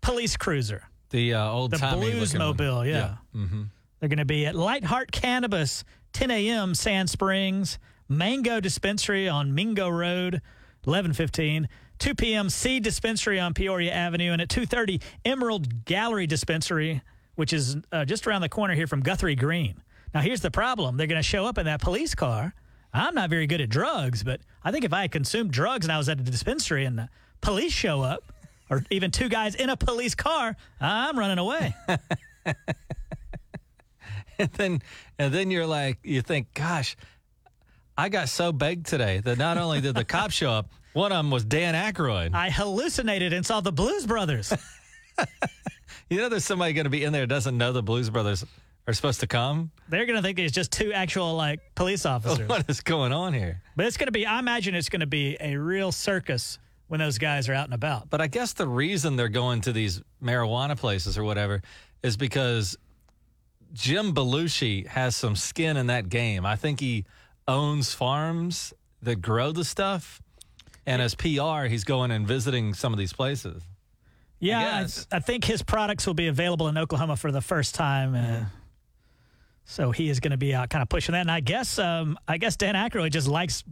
Speaker 2: police cruiser,
Speaker 1: the uh, old
Speaker 2: the
Speaker 1: timey
Speaker 2: Blues
Speaker 1: looking one.
Speaker 2: Mobile. yeah.
Speaker 1: Mm-hmm.
Speaker 2: They're going to be at Lightheart Cannabis, 10 a.m. Sand Springs, Mango Dispensary on Mingo Road, 1115, 2 p.m. C Dispensary on Peoria Avenue, and at 2:30 Emerald Gallery Dispensary which is uh, just around the corner here from Guthrie Green. Now, here's the problem they're going to show up in that police car. I'm not very good at drugs, but I think if I had consumed drugs and I was at a dispensary and the police show up, or even two guys in a police car, I'm running away.
Speaker 1: and then and then you're like you think gosh i got so baked today that not only did the cops show up one of them was dan Aykroyd.
Speaker 2: I hallucinated and saw the Blues Brothers.
Speaker 1: you know there's somebody going to be in there that doesn't know the blues brothers are supposed to come
Speaker 2: They're going to think it's just two actual like police officers.
Speaker 1: what is going on here
Speaker 2: But it's going to be, I imagine it's going to be a real circus when those guys are out and about.
Speaker 1: But I guess the reason they're going to these marijuana places or whatever is because Jim Belushi has some skin in that game. I think he owns farms that grow the stuff. And as PR, he's going and visiting some of these places.
Speaker 2: Yeah, I, I, think his products will be available in Oklahoma for the first time. Uh, So he is going to be out kind of pushing that. And I guess um, I guess Dan Aykroyd just likes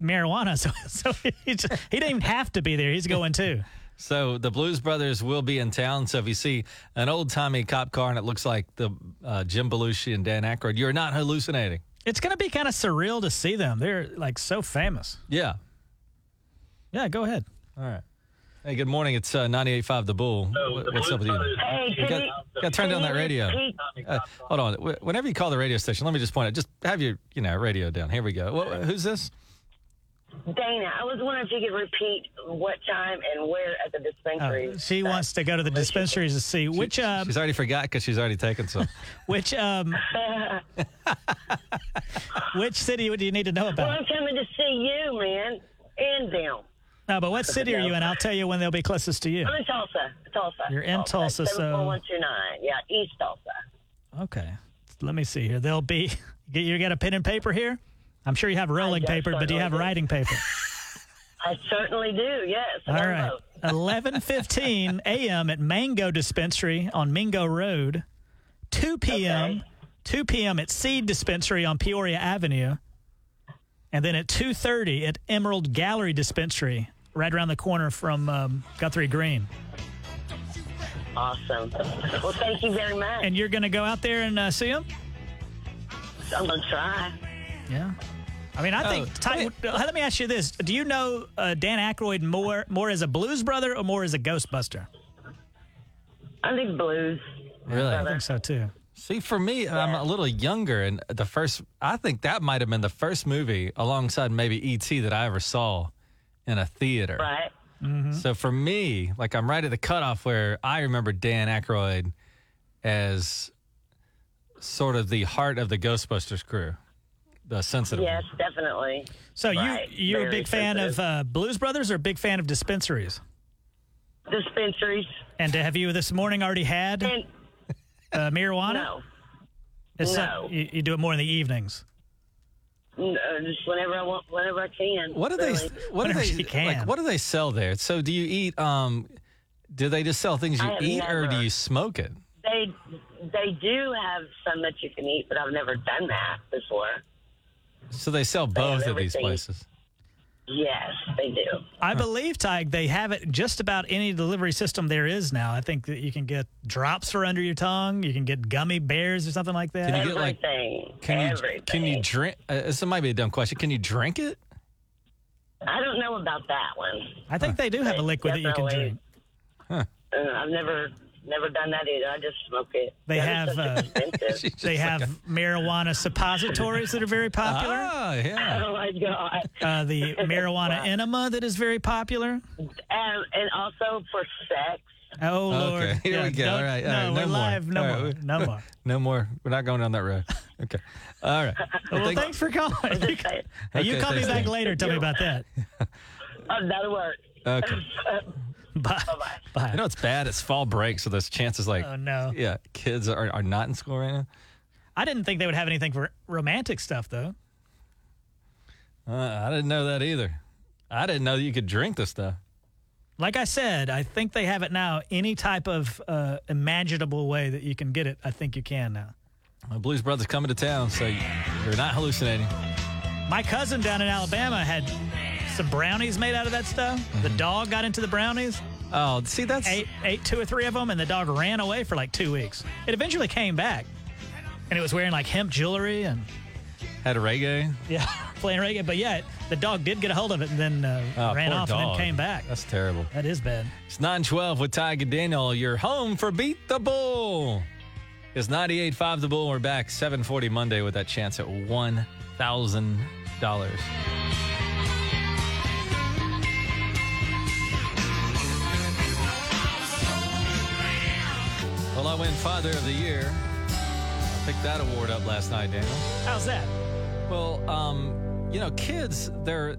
Speaker 2: marijuana, so so he, just, he didn't even have to be there. He's going too.
Speaker 1: So the Blues Brothers will be in town. So if you see an old timey cop car and it looks like the uh, Jim Belushi and Dan Aykroyd, you're not hallucinating.
Speaker 2: It's going to be kind of surreal to see them. They're like so famous.
Speaker 1: Yeah.
Speaker 2: Yeah, go ahead.
Speaker 1: All right. Hey, good morning. It's uh, 98.5 The Bull. What- What's up with you?
Speaker 2: Hey,
Speaker 1: You
Speaker 2: can
Speaker 1: got,
Speaker 2: you-
Speaker 1: got to turn
Speaker 2: can
Speaker 1: down
Speaker 2: you
Speaker 1: that radio.
Speaker 2: repeat-
Speaker 1: Uh, hold on. Wh- Whenever you call the radio station, let me just point out. Just have your, you know, radio down. Here we go. What, who's this?
Speaker 15: Dana, I was wondering if you could repeat what time and where at the dispensary.
Speaker 1: Oh,
Speaker 2: Uh, she wants to go to the dispensaries to see which um,
Speaker 1: She's already forgot because she's already taken some.
Speaker 2: which um, which city would you need to know
Speaker 15: well,
Speaker 2: about?
Speaker 15: I'm coming to see you, man, and them.
Speaker 2: No, but what city are you in? I'll tell you when they'll be closest to you.
Speaker 15: I'm in Tulsa. Tulsa.
Speaker 2: You're in Tulsa, so-
Speaker 15: 74129. Yeah, East Tulsa.
Speaker 2: Okay. Let me see here. They'll be. You got a pen and paper here? I'm sure you have rolling paper, but do you have writing paper?
Speaker 15: I certainly do, yes.
Speaker 2: All right. 11:15 a.m. at Mango Dispensary on Mingo Road. 2 p.m. 2 p.m. at Seed Dispensary on Peoria Avenue. And then at 2:30 at Emerald Gallery Dispensary, right around the corner from um, Guthrie Green.
Speaker 15: Awesome. Well, thank you very much.
Speaker 2: And you're going to go out there and uh, see them?
Speaker 15: I'm going to try.
Speaker 2: Yeah. I mean, I think. Ty, let me ask you this: Do you know uh, Dan Aykroyd more more as a blues brother or more as a Ghostbuster?
Speaker 15: I think blues.
Speaker 1: Really? I
Speaker 2: think so too.
Speaker 1: See, for me, I'm a little younger, and the first, I think that might have been the first movie alongside maybe E.T. that I ever saw in a theater.
Speaker 15: Right. Hmm?
Speaker 1: So for me, like I'm right at the cutoff where I remember Dan Aykroyd as sort of the heart of the Ghostbusters crew, the sensitive.
Speaker 15: Yes, definitely.
Speaker 2: So
Speaker 15: Right.
Speaker 2: you you're a
Speaker 15: Very
Speaker 2: big fan of uh, blues brothers or a big fan of dispensaries?
Speaker 15: Dispensaries.
Speaker 2: And have you this morning already had uh, marijuana?
Speaker 15: No.
Speaker 2: It's some-
Speaker 15: No.
Speaker 2: you, you do it more in the evenings.
Speaker 15: No, uh, just whenever I want, whenever I can.
Speaker 1: What do they?
Speaker 15: really.
Speaker 1: What do they? Like, what do they sell there? So do you eat? Um, do they just sell things
Speaker 15: I
Speaker 1: you
Speaker 15: have
Speaker 1: eat, or do
Speaker 15: never-
Speaker 1: you smoke it?
Speaker 15: They they do have some that you can eat, but I've never done that before.
Speaker 1: So they sell both at these
Speaker 15: everything.
Speaker 1: places.
Speaker 15: Yes, they do.
Speaker 2: I believe, Tig, they have it just about any delivery system there is now. I think that you can get drops for under your tongue. You can get gummy bears or something like that.
Speaker 1: Can you get like? Can you can you drink? Uh, this might be a dumb question. Can you drink it?
Speaker 15: I don't know about that one.
Speaker 2: I think they do have a liquid that you can drink.
Speaker 15: Uh, I've never never done that either. I just smoke it.
Speaker 2: They
Speaker 15: That is
Speaker 2: have
Speaker 15: such
Speaker 2: uh, they have marijuana suppositories that are very popular.
Speaker 1: Oh yeah.
Speaker 15: Oh my god.
Speaker 2: Uh, the marijuana enema that is very popular.
Speaker 15: Um, and also for sex.
Speaker 2: Oh Lord!
Speaker 1: Okay, here
Speaker 2: Yeah,
Speaker 1: we go.
Speaker 2: don't-
Speaker 1: All right, all
Speaker 2: no,
Speaker 1: right,
Speaker 2: we're live. No
Speaker 1: All
Speaker 2: more.
Speaker 1: right, we-
Speaker 2: No more.
Speaker 1: no more. We're not going down that road. Okay. All right.
Speaker 2: Well, thanks for calling. you
Speaker 1: Okay,
Speaker 2: you call me
Speaker 1: thanks,
Speaker 2: back
Speaker 1: Dana.
Speaker 2: later. Tell me about that.
Speaker 15: Oh, that'll work.
Speaker 1: Okay.
Speaker 2: Bye.
Speaker 1: You know it's bad. It's fall break, so there's chances like
Speaker 2: Oh, no.
Speaker 1: yeah, kids are, are not in school right now.
Speaker 2: I didn't think they would have anything for romantic stuff though.
Speaker 1: Uh, I didn't know that either. I didn't know you could drink this stuff.
Speaker 2: Like I said, I think they have it now. Any type of uh, imaginable way that you can get it, I think you can now.
Speaker 1: My Blues Brothers coming to town, so you're not hallucinating.
Speaker 2: My
Speaker 1: Mm-hmm.
Speaker 2: cousin down in Alabama had some brownies made out of that stuff. The dog got into the brownies.
Speaker 1: Oh, see, that's
Speaker 2: ate, ate two or three of them, and the dog ran away for like two weeks. It eventually came back, and it was wearing like hemp jewelry and
Speaker 1: Had a reggae.
Speaker 2: yeah, playing reggae. But yeah, it- the dog did get a hold of it and then uh,
Speaker 1: Oh,
Speaker 2: ran
Speaker 1: poor
Speaker 2: off and then
Speaker 1: dog.
Speaker 2: came back.
Speaker 1: That's terrible.
Speaker 2: That is bad.
Speaker 1: It's 912 with Tiger Daniel. You're home for Beat the Bull. It's 98.5 The Bull. We're back 740 Monday with that chance at $1,000. Well, I win Father of the Year. I picked that award up last night, Daniel.
Speaker 2: How's that?
Speaker 1: Well, um, you know, kids, they're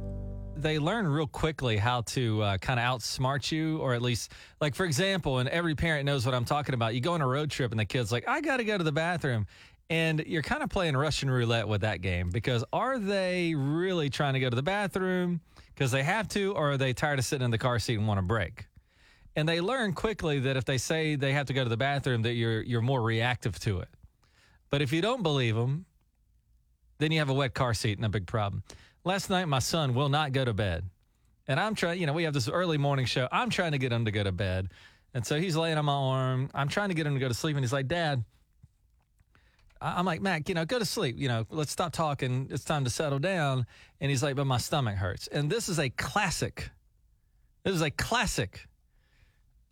Speaker 1: they learn real quickly how to uh, kind of outsmart you, or at least, like for example, and every parent knows what I'm talking about. You go on a road trip, and the kid's like, "I got to go to the bathroom," and you're kind of playing Russian roulette with that game because are they really trying to go to the bathroom because they have to, or are they tired of sitting in the car seat and want a break? And they learn quickly that if they say they have to go to the bathroom, that you're you're more reactive to it. But if you don't believe them, then you have a wet car seat and a big problem. Last night, my son will not go to bed. And I'm trying, you know, we have this early morning show. I'm trying to get him to go to bed. And so he's laying on my arm. I'm trying to get him to go to sleep. And he's like, Dad, I- I'm like, Mac, you know, go to sleep. You know, let's stop talking. It's time to settle down. And he's like, But my stomach hurts. And this is a classic. This is a classic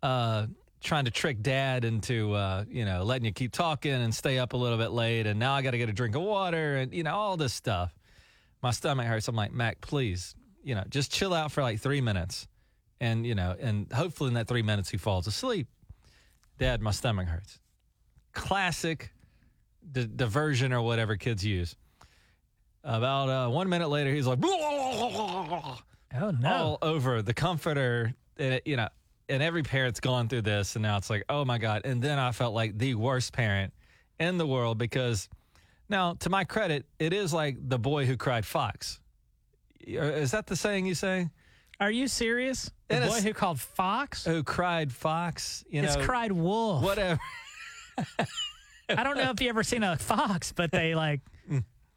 Speaker 1: uh, trying to trick dad into uh, you know letting you keep talking and stay up a little bit late and now i gotta get a drink of water and you know all this stuff my stomach hurts i'm like mac please you know just chill out for like three minutes and you know and hopefully in that three minutes he falls asleep dad my stomach hurts classic d- diversion or whatever kids use about uh, one minute later he's like
Speaker 2: Oh no!
Speaker 1: all over the comforter, and it, you know, and every parent's gone through this, and now it's like, oh my god! And then I felt like the worst parent in the world because now, to my credit, it is like the boy who cried fox. uh, Is that the saying you say?
Speaker 2: Are you serious? The
Speaker 1: It
Speaker 2: boy
Speaker 1: is-
Speaker 2: who called Fox?
Speaker 1: Who cried fox? You
Speaker 2: it's
Speaker 1: know,
Speaker 2: cried wolf.
Speaker 1: Whatever.
Speaker 2: I don't know if you ever seen a fox, but they like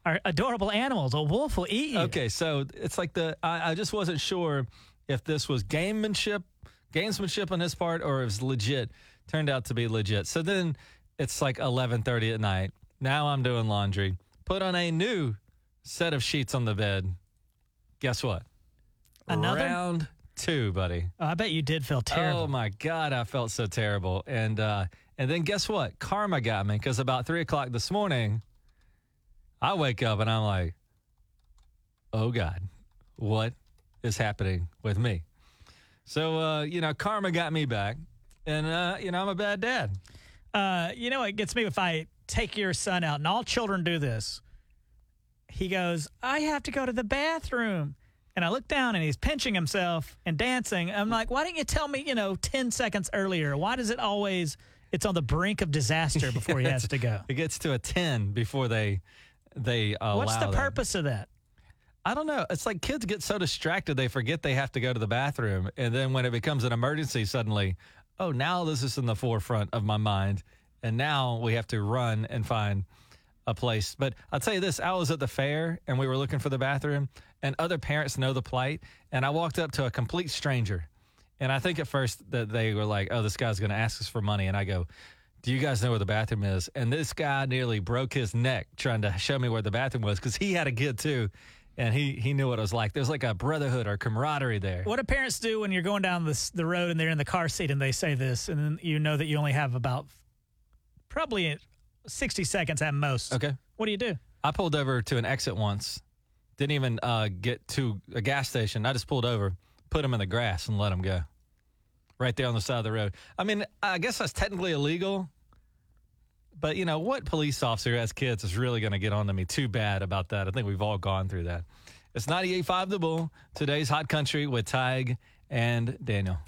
Speaker 2: are adorable animals. A wolf will eat you.
Speaker 1: Mm. Okay, so it's like the I, I just wasn't sure if this was gamemanship, gamesmanship on his part, or it was legit. Turned out to be legit. So then it's like eleven thirty at night. Now I'm doing laundry. Put on a new set of sheets on the bed. Guess what?
Speaker 2: Another?
Speaker 1: round two, buddy.
Speaker 2: Oh, I bet you did feel terrible.
Speaker 1: Oh my god, I felt so terrible. And uh, and then guess what? Karma got me because about three o'clock this morning, I wake up and I'm like, oh god, what is happening with me? So uh, you know, karma got me back, and uh, you know, I'm a bad dad.
Speaker 2: Uh, you know, it gets me if I take your son out, and all children do this. He goes, I have to go to the bathroom. And I look down and he's pinching himself and dancing. I'm like, why didn't you tell me, you know, 10 seconds earlier? Why does it always, it's on the brink of disaster before he has to go?
Speaker 1: It gets to a ten before they they allow.
Speaker 2: What's the
Speaker 1: that.
Speaker 2: purpose of that?
Speaker 1: I don't know. It's like kids get so distracted they forget they have to go to the bathroom, and then when it becomes an emergency, suddenly, oh, now this is in the forefront of my mind, and now we have to run and find a place. But I'll tell you this: I was at the fair and we were looking for the bathroom, and other parents know the plight, and I walked up to a complete stranger, and I think at first that they were like, oh, this guy's going to ask us for money, and I go. Do you guys know where the bathroom is? And this guy nearly broke his neck trying to show me where the bathroom was because he had a kid too and he he knew what it was like. There's like a brotherhood or camaraderie there.
Speaker 2: What do parents do when you're going down this, the road and they're in the car seat and they say this, and then you know that you only have about probably 60 seconds at most?
Speaker 1: Okay.
Speaker 2: What do you do?
Speaker 1: I pulled over to an exit once, didn't even uh, get to a gas station. I just pulled over, put him in the grass, and let him go. Right there on the side of the road. I mean, I guess that's technically illegal, but you know what? Police officer as kids is really going to get onto me too bad about that. I think we've all gone through that. It's 98.5 The Bull. Today's Hot Country with Tig and Daniel.